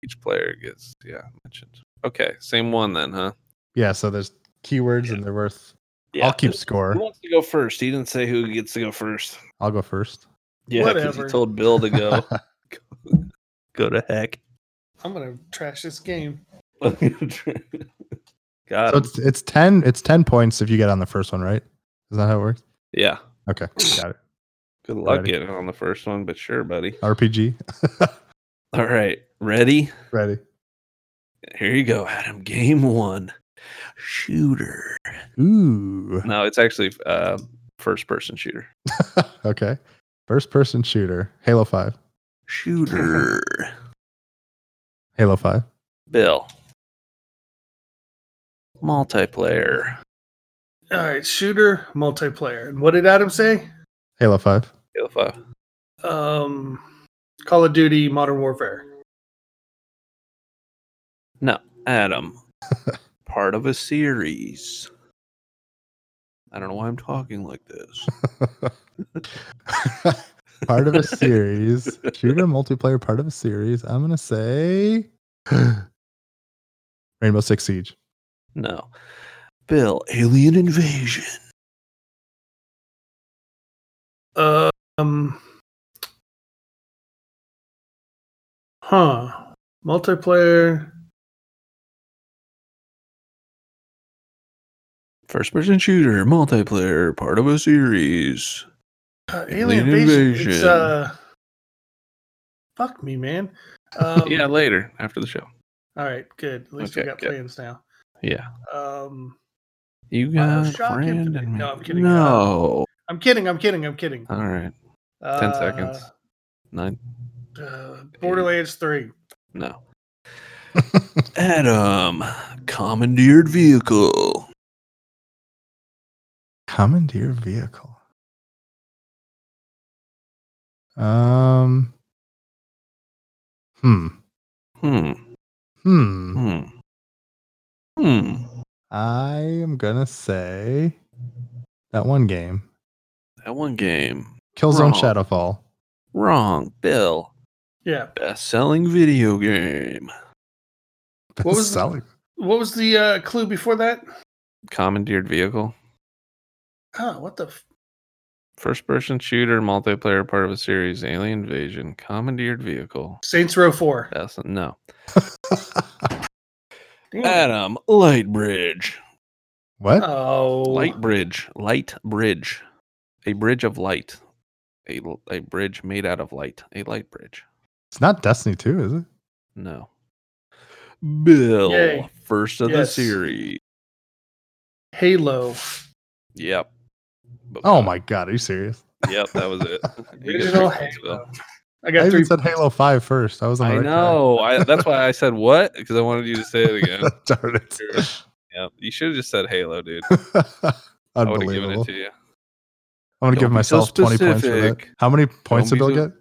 Speaker 2: Each player gets yeah mentioned. Okay, same one then, huh?
Speaker 1: Yeah, so there's keywords and they're worth
Speaker 2: Yeah.
Speaker 1: I'll keep
Speaker 2: Who
Speaker 1: score.
Speaker 2: wants to go first? He didn't say who gets to go first.
Speaker 1: I'll go first.
Speaker 2: Yeah,
Speaker 3: 'cause he
Speaker 2: because he
Speaker 3: Whatever.
Speaker 2: told Bill to go. go to heck.
Speaker 3: I'm gonna trash this game.
Speaker 2: Got
Speaker 1: So
Speaker 2: him.
Speaker 1: it's it's ten it's ten points if you get on the first one, right? Is that how it works?
Speaker 2: Yeah.
Speaker 1: Okay, got it.
Speaker 2: Good luck
Speaker 1: Alrighty.
Speaker 2: getting on the first one, but sure, buddy.
Speaker 1: RPG.
Speaker 2: All right. Ready?
Speaker 1: Ready.
Speaker 2: Here you go, Adam. Game one. Shooter.
Speaker 1: Ooh.
Speaker 2: No, it's actually uh, first person shooter.
Speaker 1: okay. First person shooter. Halo five.
Speaker 2: Shooter.
Speaker 1: Halo five.
Speaker 2: Bill. Multiplayer.
Speaker 3: All right, shooter multiplayer. And what did Adam say?
Speaker 1: Halo five.
Speaker 2: Halo 5.
Speaker 3: Um, Call of Duty Modern Warfare.
Speaker 2: No, Adam. Part of a series. I don't know why I'm talking like this.
Speaker 1: part of a series. Shooter multiplayer part of a series. I'm gonna say Rainbow Six Siege.
Speaker 2: No. Bill, Alien Invasion.
Speaker 3: Um, huh? Multiplayer.
Speaker 2: First person shooter, multiplayer, part of a series.
Speaker 3: Uh,
Speaker 2: Alien
Speaker 3: alien invasion. It's
Speaker 2: invasion.
Speaker 3: uh. Fuck me, man. Um,
Speaker 2: yeah, later after the show.
Speaker 3: All right, good. At least we
Speaker 2: Okay,
Speaker 3: got
Speaker 2: good.
Speaker 3: plans now.
Speaker 2: Yeah.
Speaker 3: Um,
Speaker 2: You
Speaker 3: Wow,
Speaker 2: got
Speaker 3: shock
Speaker 2: friend
Speaker 3: infinite.
Speaker 2: and
Speaker 3: No,
Speaker 2: me.
Speaker 3: I'm kidding.
Speaker 2: No.
Speaker 3: I'm kidding. I'm kidding. I'm kidding.
Speaker 2: All right.
Speaker 3: Uh,
Speaker 2: Ten seconds. Nine.
Speaker 3: Uh, Borderlands Three.
Speaker 2: No. Adam, commandeered vehicle.
Speaker 1: Commandeer vehicle. Um. Hmm.
Speaker 2: Hmm.
Speaker 1: Hmm.
Speaker 2: Hmm. Hmm.
Speaker 1: I am gonna say that one game.
Speaker 2: That one game.
Speaker 1: Killzone
Speaker 2: Wrong.
Speaker 1: Shadowfall.
Speaker 2: Wrong. Bill.
Speaker 3: Yeah.
Speaker 2: Best selling video game.
Speaker 3: What was the-
Speaker 1: Selling.
Speaker 3: What was the uh, clue before that?
Speaker 2: Commandeered vehicle.
Speaker 3: Huh? What the? F-
Speaker 2: First person shooter, multiplayer, part of a series, alien invasion, commandeered vehicle.
Speaker 3: Saints Row Four.
Speaker 2: That's no.
Speaker 3: Damn.
Speaker 2: Adam, light bridge.
Speaker 1: What?
Speaker 3: Oh,
Speaker 2: Light bridge. Light bridge. A bridge of light. A, l- a bridge made out of light. A light bridge.
Speaker 1: It's not Destiny 2, is it?
Speaker 2: No. Bill,
Speaker 3: Yay.
Speaker 2: first of
Speaker 3: Yes.
Speaker 2: the series.
Speaker 3: Halo.
Speaker 2: Yep. But
Speaker 1: Oh
Speaker 2: no.
Speaker 1: my god, are you serious?
Speaker 2: Yep, that was it. You get
Speaker 3: Original
Speaker 2: three points,
Speaker 3: Halo.
Speaker 2: Bill.
Speaker 3: I
Speaker 1: I
Speaker 3: got
Speaker 1: even
Speaker 3: three.
Speaker 1: said Halo 5 first. I was on the
Speaker 2: I
Speaker 1: right track.
Speaker 2: know. I, that's why I said what because I wanted you to say it again.
Speaker 1: Darn
Speaker 2: yep. You should have just said Halo, dude.
Speaker 1: it.
Speaker 2: I would have given
Speaker 1: Unbelievable.
Speaker 2: it to you.
Speaker 1: I'm going to give
Speaker 2: Don't be so
Speaker 1: myself 20 points for that.
Speaker 2: specific.
Speaker 1: How many points
Speaker 2: Don't
Speaker 1: did Bill
Speaker 2: be so-
Speaker 1: get?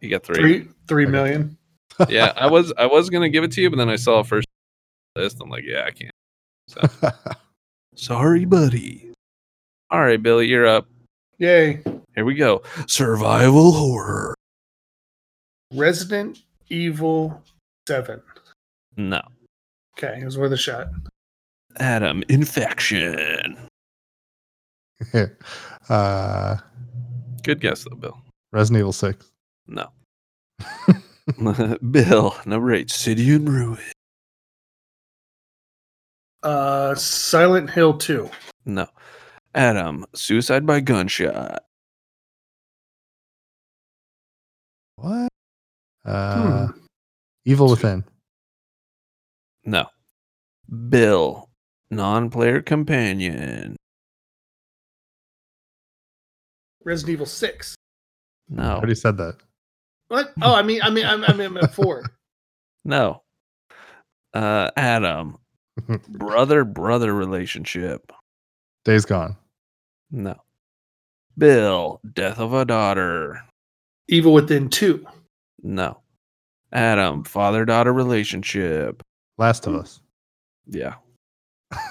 Speaker 2: You got three.
Speaker 3: Three, three
Speaker 1: Okay.
Speaker 3: million.
Speaker 2: yeah, I was I was gonna give it to you, but then I saw a first list. I'm like, yeah, I can't. Sorry, buddy. All right, Billy, you're up.
Speaker 3: Yay!
Speaker 2: Here we go. Survival horror.
Speaker 3: Resident Evil Seven.
Speaker 2: No,
Speaker 3: Okay, it was worth a shot.
Speaker 2: Adam, infection.
Speaker 1: uh,
Speaker 2: Good guess though, Bill.
Speaker 1: Resident Evil 6.
Speaker 2: No. Bill, number eight, City in Ruin.
Speaker 3: Uh, Silent Hill Two.
Speaker 2: No. Adam, suicide by gunshot.
Speaker 1: What? Uh,
Speaker 2: Hmm.
Speaker 1: Evil Within.
Speaker 2: No. Bill, non player companion.
Speaker 3: Resident Evil Six.
Speaker 1: I
Speaker 2: No.
Speaker 1: already said that.
Speaker 3: What? Oh, I mean, I mean, I'm, I'm, I'm at four.
Speaker 2: No. Uh, Adam, brother brother relationship.
Speaker 1: Days Gone.
Speaker 2: No. Bill, death of a daughter.
Speaker 3: Evil Within Two.
Speaker 2: No. Adam, father daughter relationship.
Speaker 1: Last
Speaker 2: Hmm.
Speaker 1: of Us.
Speaker 2: Yeah.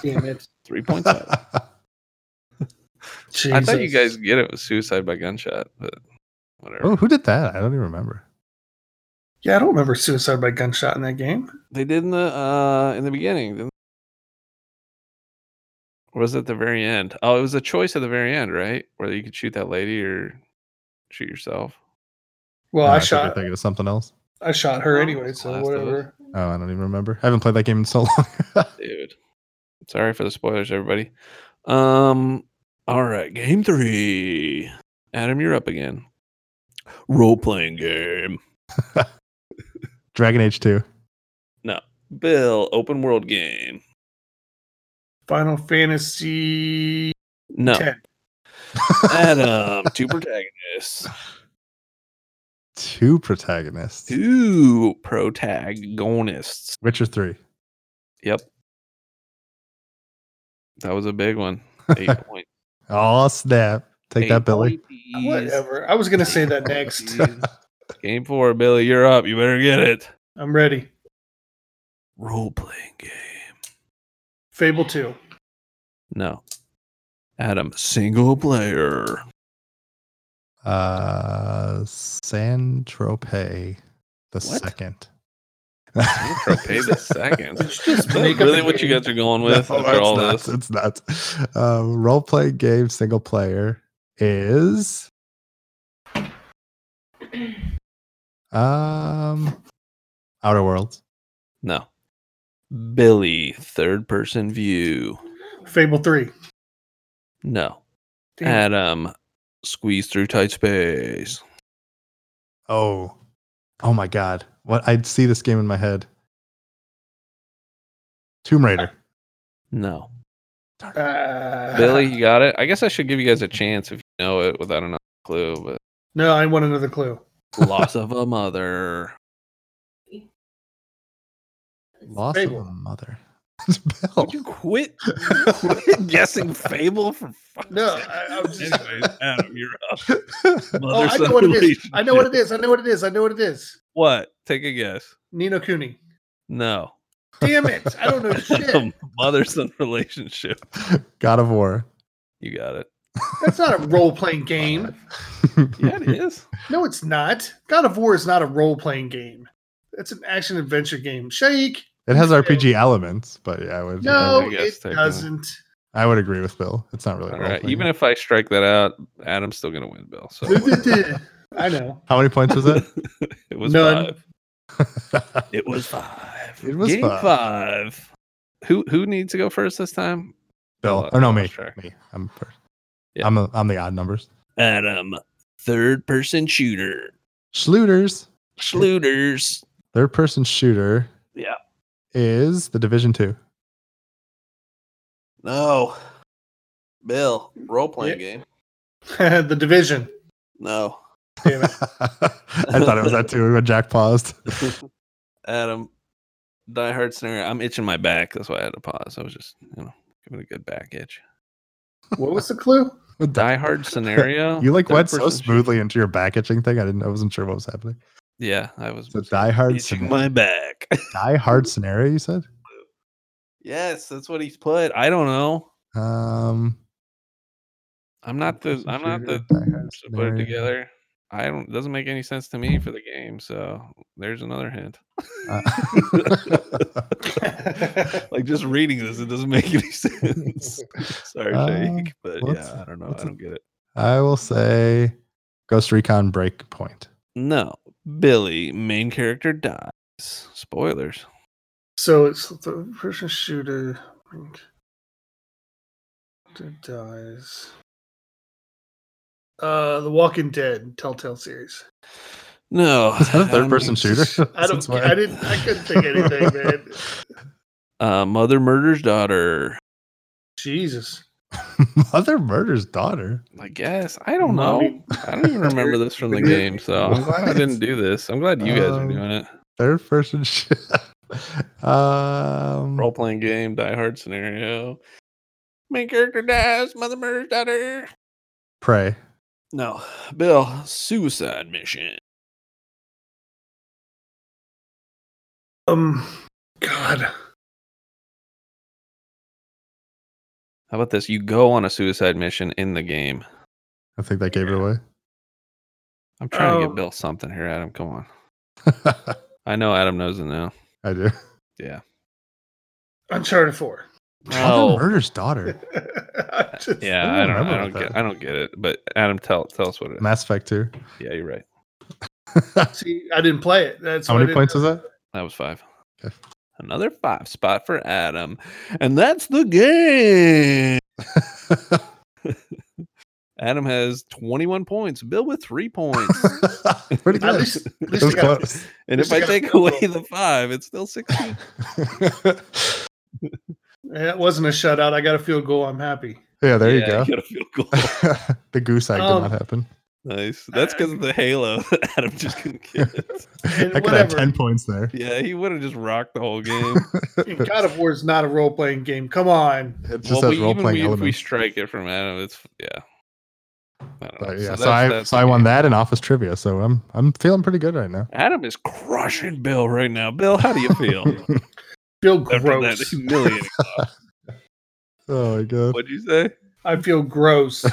Speaker 3: Damn it!
Speaker 2: Three points up. I thought you guys
Speaker 3: Jesus.
Speaker 2: get it with suicide by gunshot, but whatever.
Speaker 1: oh, who did that? I don't even remember.
Speaker 3: Yeah, I don't remember suicide by gunshot in that game.
Speaker 2: They did in the uh in the beginning, didn't was at the very end. Oh, it was a choice at the very end, right? Whether you could shoot that lady or shoot yourself.
Speaker 3: Well,
Speaker 1: No,
Speaker 3: I
Speaker 1: think you're
Speaker 3: shot
Speaker 1: thinking of something else.
Speaker 3: I shot her
Speaker 2: Oh,
Speaker 3: anyway, so
Speaker 2: Last of
Speaker 3: whatever.
Speaker 1: Oh, I don't even remember. I haven't played that game in so long.
Speaker 2: Dude. Sorry for the spoilers, everybody. Um all right, game three. Adam, you're up again. Role playing game.
Speaker 1: Dragon Age 2.
Speaker 2: Bill, open world game.
Speaker 3: Final Fantasy
Speaker 2: No.
Speaker 3: ten.
Speaker 2: Adam, two protagonists.
Speaker 1: Two protagonists.
Speaker 2: Two protagonists.
Speaker 1: Witcher 3.
Speaker 2: Yep. That was a big one. Eight points.
Speaker 1: Oh, snap. Take that, Billy.
Speaker 3: Whatever. I was gonna say that next.
Speaker 2: Game four, Billy. You're up. You better get it.
Speaker 3: I'm ready.
Speaker 2: Role playing game.
Speaker 3: Fable two.
Speaker 2: No. Adam, single player.
Speaker 1: Uh, San Tropez the
Speaker 2: What?
Speaker 1: second.
Speaker 2: Tropez the second. Is
Speaker 3: Just
Speaker 2: that
Speaker 3: make up
Speaker 2: really
Speaker 3: a
Speaker 2: what you
Speaker 3: game.
Speaker 2: guys are going with
Speaker 1: No,
Speaker 2: after all
Speaker 1: it's
Speaker 2: this?
Speaker 1: not. It's not. Uh, role playing game single player is. Um, Outer Worlds.
Speaker 2: No. Billy, third person view.
Speaker 3: Fable three.
Speaker 2: No.
Speaker 3: Damn.
Speaker 2: Adam, squeeze through tight space.
Speaker 1: Oh, oh my God! What I'd see this game in my head. Tomb Raider.
Speaker 2: No.
Speaker 3: Ah.
Speaker 2: Billy, you got it? I guess I should give you guys a chance if you know it without another clue, but
Speaker 3: No, I want another clue.
Speaker 2: loss of a mother.
Speaker 1: Lost
Speaker 3: Fable.
Speaker 1: of a mother. Bill.
Speaker 2: Would you quit, quit guessing Fable for fuck's
Speaker 3: No,
Speaker 2: sake?
Speaker 3: I- I was just-
Speaker 2: Anyways, Adam, you're up.
Speaker 3: Oh, I know what it is. I know what it is. I know what it is. I know what it is.
Speaker 2: What? Take a guess.
Speaker 3: Nino Cooney.
Speaker 2: No.
Speaker 3: Damn it! I don't know shit.
Speaker 2: Mother son relationship.
Speaker 1: God of War.
Speaker 2: You got it.
Speaker 3: That's not a role playing game.
Speaker 2: Yeah, it is.
Speaker 3: No, it's not. God of War is not a role playing game. It's an action adventure game. Shake.
Speaker 1: It has RPG elements, but yeah, I would. I
Speaker 3: No,
Speaker 1: would,
Speaker 2: I guess
Speaker 3: it
Speaker 2: technically.
Speaker 3: doesn't.
Speaker 1: I would agree with Bill. It's not really.
Speaker 2: All
Speaker 1: a role
Speaker 2: right.
Speaker 1: playing
Speaker 2: Even
Speaker 1: game.
Speaker 2: if I strike that out, Adam's still gonna win, Bill. So
Speaker 3: I know.
Speaker 1: how many points was it?
Speaker 2: it was
Speaker 3: None.
Speaker 2: five. It was five.
Speaker 1: It was
Speaker 2: Game
Speaker 1: five.
Speaker 2: five. Who who needs to go first this time?
Speaker 1: Bill
Speaker 2: I
Speaker 1: or no
Speaker 2: lost
Speaker 1: me?
Speaker 2: track.
Speaker 1: Me. I'm first.
Speaker 2: Yeah.
Speaker 1: I'm a, I'm the odd numbers.
Speaker 2: Adam, third person shooter.
Speaker 1: Schluters,
Speaker 2: Schluters.
Speaker 1: third person shooter.
Speaker 2: Yeah.
Speaker 1: Is the Division Two?
Speaker 2: No. Bill, role
Speaker 3: role-playing
Speaker 2: game.
Speaker 3: the Division.
Speaker 2: No.
Speaker 3: Damn
Speaker 1: I
Speaker 3: it.
Speaker 1: thought it was that too when Jack paused.
Speaker 2: Adam, Die Hard scenario. I'm itching my back. That's why I had to pause. I was just, you know, giving a good back itch.
Speaker 3: What was the clue?
Speaker 2: Die Hard scenario.
Speaker 1: You like
Speaker 2: third
Speaker 1: went so
Speaker 2: person shoot-
Speaker 1: smoothly into your back itching thing. I didn't. I wasn't sure what was happening.
Speaker 2: Yeah, I was
Speaker 1: So Die Hard.
Speaker 2: itching
Speaker 1: Scenario,
Speaker 2: my back.
Speaker 1: die Hard scenario. You said.
Speaker 2: yes, that's what he's put. I don't know.
Speaker 1: Um.
Speaker 2: I'm not the. I'm not the.
Speaker 1: Die Hard
Speaker 2: to put it
Speaker 1: scenario.
Speaker 2: together. I don't. Doesn't make any sense to me for the game. So there's another hint.
Speaker 1: Uh,
Speaker 2: like just reading this, it doesn't make any sense. Sorry,
Speaker 1: Uh,
Speaker 2: Jake, but
Speaker 1: what's-
Speaker 2: yeah, I don't know.
Speaker 1: what's
Speaker 2: I
Speaker 1: a-
Speaker 2: don't get it.
Speaker 1: I will say Ghost Recon Breakpoint.
Speaker 2: No, Billy, main character dies. Spoilers.
Speaker 3: So it's the person shooter that dies. Uh, The Walking Dead Telltale series.
Speaker 2: No,
Speaker 1: Is that a third
Speaker 2: Adam,
Speaker 1: person shooter?
Speaker 3: I don't.
Speaker 1: Since when?
Speaker 3: I didn't. I couldn't think of anything, man.
Speaker 2: Uh, mother murders daughter.
Speaker 3: Jesus.
Speaker 1: Mother murders daughter.
Speaker 2: I guess I don't know.
Speaker 3: Mommy.
Speaker 2: I don't even remember this from the game, so I'm glad I
Speaker 1: What?
Speaker 2: didn't do this. I'm glad you guys are
Speaker 1: Um,
Speaker 2: doing it.
Speaker 1: Third person shooter. um,
Speaker 2: Role playing game, Die Hard scenario. Main character dies, mother murders daughter.
Speaker 1: Prey.
Speaker 2: No, Bill, suicide mission.
Speaker 3: Um. God.
Speaker 2: How about this? You go on a suicide mission in the game.
Speaker 1: I think that gave it away.
Speaker 2: I'm trying to
Speaker 3: Oh.
Speaker 2: get Bill something here, Adam. Come on. I know Adam knows it now.
Speaker 1: I do.
Speaker 2: Yeah.
Speaker 3: Uncharted Four.
Speaker 1: Brother
Speaker 2: No.
Speaker 1: murders daughter.
Speaker 3: I'm just-
Speaker 2: Yeah,
Speaker 1: I
Speaker 2: I
Speaker 1: don't
Speaker 2: don't, I
Speaker 1: remember
Speaker 2: don't
Speaker 1: that.
Speaker 2: get, I don't get it. But Adam, tell, tell us what it is.
Speaker 1: Mass Effect 2.
Speaker 2: Yeah, you're right.
Speaker 3: See, I didn't play it. That's
Speaker 1: How
Speaker 3: why I
Speaker 1: many
Speaker 3: didn't
Speaker 1: points
Speaker 3: know.
Speaker 1: is that?
Speaker 2: That was five.
Speaker 1: Okay.
Speaker 2: Another five spot for Adam, and that's the game. Adam has 21 points. Bill with three points.
Speaker 1: Pretty
Speaker 3: At
Speaker 1: good.
Speaker 3: least, at
Speaker 1: It
Speaker 3: least I
Speaker 1: was
Speaker 3: got
Speaker 1: close.
Speaker 2: and if
Speaker 3: Just
Speaker 2: I
Speaker 3: gotta
Speaker 2: take
Speaker 3: fill
Speaker 2: away
Speaker 3: up.
Speaker 2: the five, it's still 16.
Speaker 3: Yeah, It wasn't a shutout. I got a field goal. I'm happy.
Speaker 1: yeah, there
Speaker 2: Yeah,
Speaker 1: you go.
Speaker 2: got a field goal.
Speaker 1: the goose egg
Speaker 3: Um,
Speaker 1: did not happen.
Speaker 2: Nice. That's because of the halo. Adam just couldn't get it.
Speaker 1: I could have
Speaker 3: whatever.
Speaker 1: 10 points there.
Speaker 2: Yeah, he would have just rocked the whole game.
Speaker 3: God of War is not a role playing game. Come on.
Speaker 1: It just
Speaker 2: well,
Speaker 1: has
Speaker 2: we,
Speaker 1: role
Speaker 2: even we,
Speaker 1: playing
Speaker 2: if we
Speaker 1: elements.
Speaker 2: strike it from Adam, it's yeah. I don't know.
Speaker 1: But yeah, so,
Speaker 2: that's-
Speaker 1: I
Speaker 2: that's
Speaker 1: so
Speaker 2: the
Speaker 1: I won
Speaker 2: game.
Speaker 1: that in office trivia. So I'm I'm feeling pretty good right now.
Speaker 2: Adam is crushing Bill right now. Bill, how do you feel?
Speaker 3: Feel
Speaker 2: after that
Speaker 3: gross.
Speaker 2: humiliating loss?
Speaker 1: Oh my god,
Speaker 2: What'd you say?
Speaker 3: I feel gross.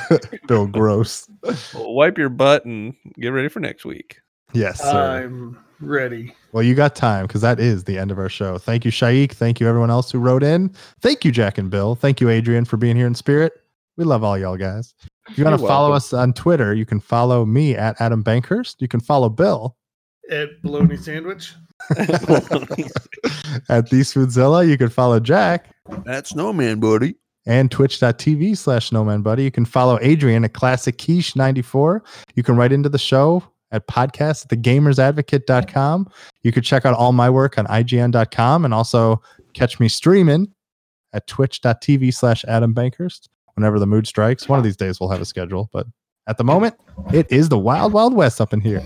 Speaker 1: Bill Gross.
Speaker 2: Well, wipe your butt and get ready for next week.
Speaker 1: Yes, sir.
Speaker 3: I'm ready.
Speaker 1: well, you got time because that is the end of our show. Thank you, Shaik. Thank you, everyone else who wrote in. Thank you, Jack and Bill. Thank you, Adrian, for being here in spirit. We love all y'all guys. If you want to
Speaker 2: You're
Speaker 1: follow
Speaker 2: welcome.
Speaker 1: us on Twitter, you can follow me at Adam Bankhurst. You can follow Bill
Speaker 3: At bologna sandwich.
Speaker 1: at These Foodzilla. You can follow Jack
Speaker 2: That's snowman, buddy.
Speaker 1: and twitch.tv slash snowman buddy. You can follow Adrian at classic quiche 94. You can write into the show at podcast at thegamersadvocate.com. You can check out all my work on IGN.com and also catch me streaming at twitch.tv slash Adam Bankhurst whenever the mood strikes. One of these days we'll have a schedule, but at the moment it is the wild, wild west up in here.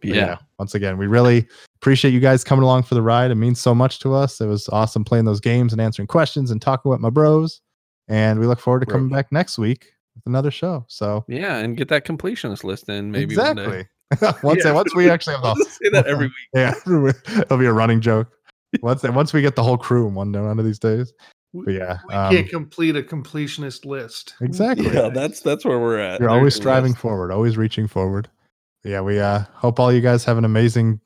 Speaker 1: But
Speaker 2: Yeah.
Speaker 1: Once again, we really appreciate you guys coming along for the ride. It means so much to us. It was awesome playing those games and answering questions and talking with my bros. And we look forward to coming
Speaker 2: Right.
Speaker 1: back next week with another show. So
Speaker 2: Yeah, and get that completionist list in maybe one day.
Speaker 1: exactly. once
Speaker 3: Yeah.
Speaker 1: once we actually have the
Speaker 2: Say that every week.
Speaker 1: yeah, it'll be a running joke. Once once we get the whole crew in one one of these days. But yeah,
Speaker 3: We
Speaker 1: um,
Speaker 3: can't complete a completionist list.
Speaker 1: exactly.
Speaker 2: Yeah, that's that's where we're at.
Speaker 1: You're
Speaker 2: There's
Speaker 1: always
Speaker 2: your
Speaker 1: striving
Speaker 2: list.
Speaker 1: forward, always reaching forward. Yeah, we uh hope all you guys have an amazing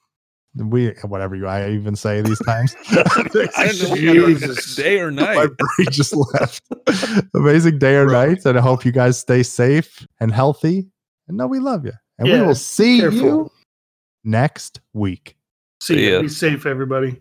Speaker 1: we whatever you I even say these times.
Speaker 2: I don't know whether it's
Speaker 3: Jesus.
Speaker 2: day or
Speaker 1: My
Speaker 2: night.
Speaker 1: brain just left. Amazing day or night. And I hope you guys stay safe and healthy. And no, we love you. And we
Speaker 3: Yeah,
Speaker 1: will see
Speaker 3: careful.
Speaker 1: you next week.
Speaker 3: See,
Speaker 2: Yeah.
Speaker 3: be safe, everybody.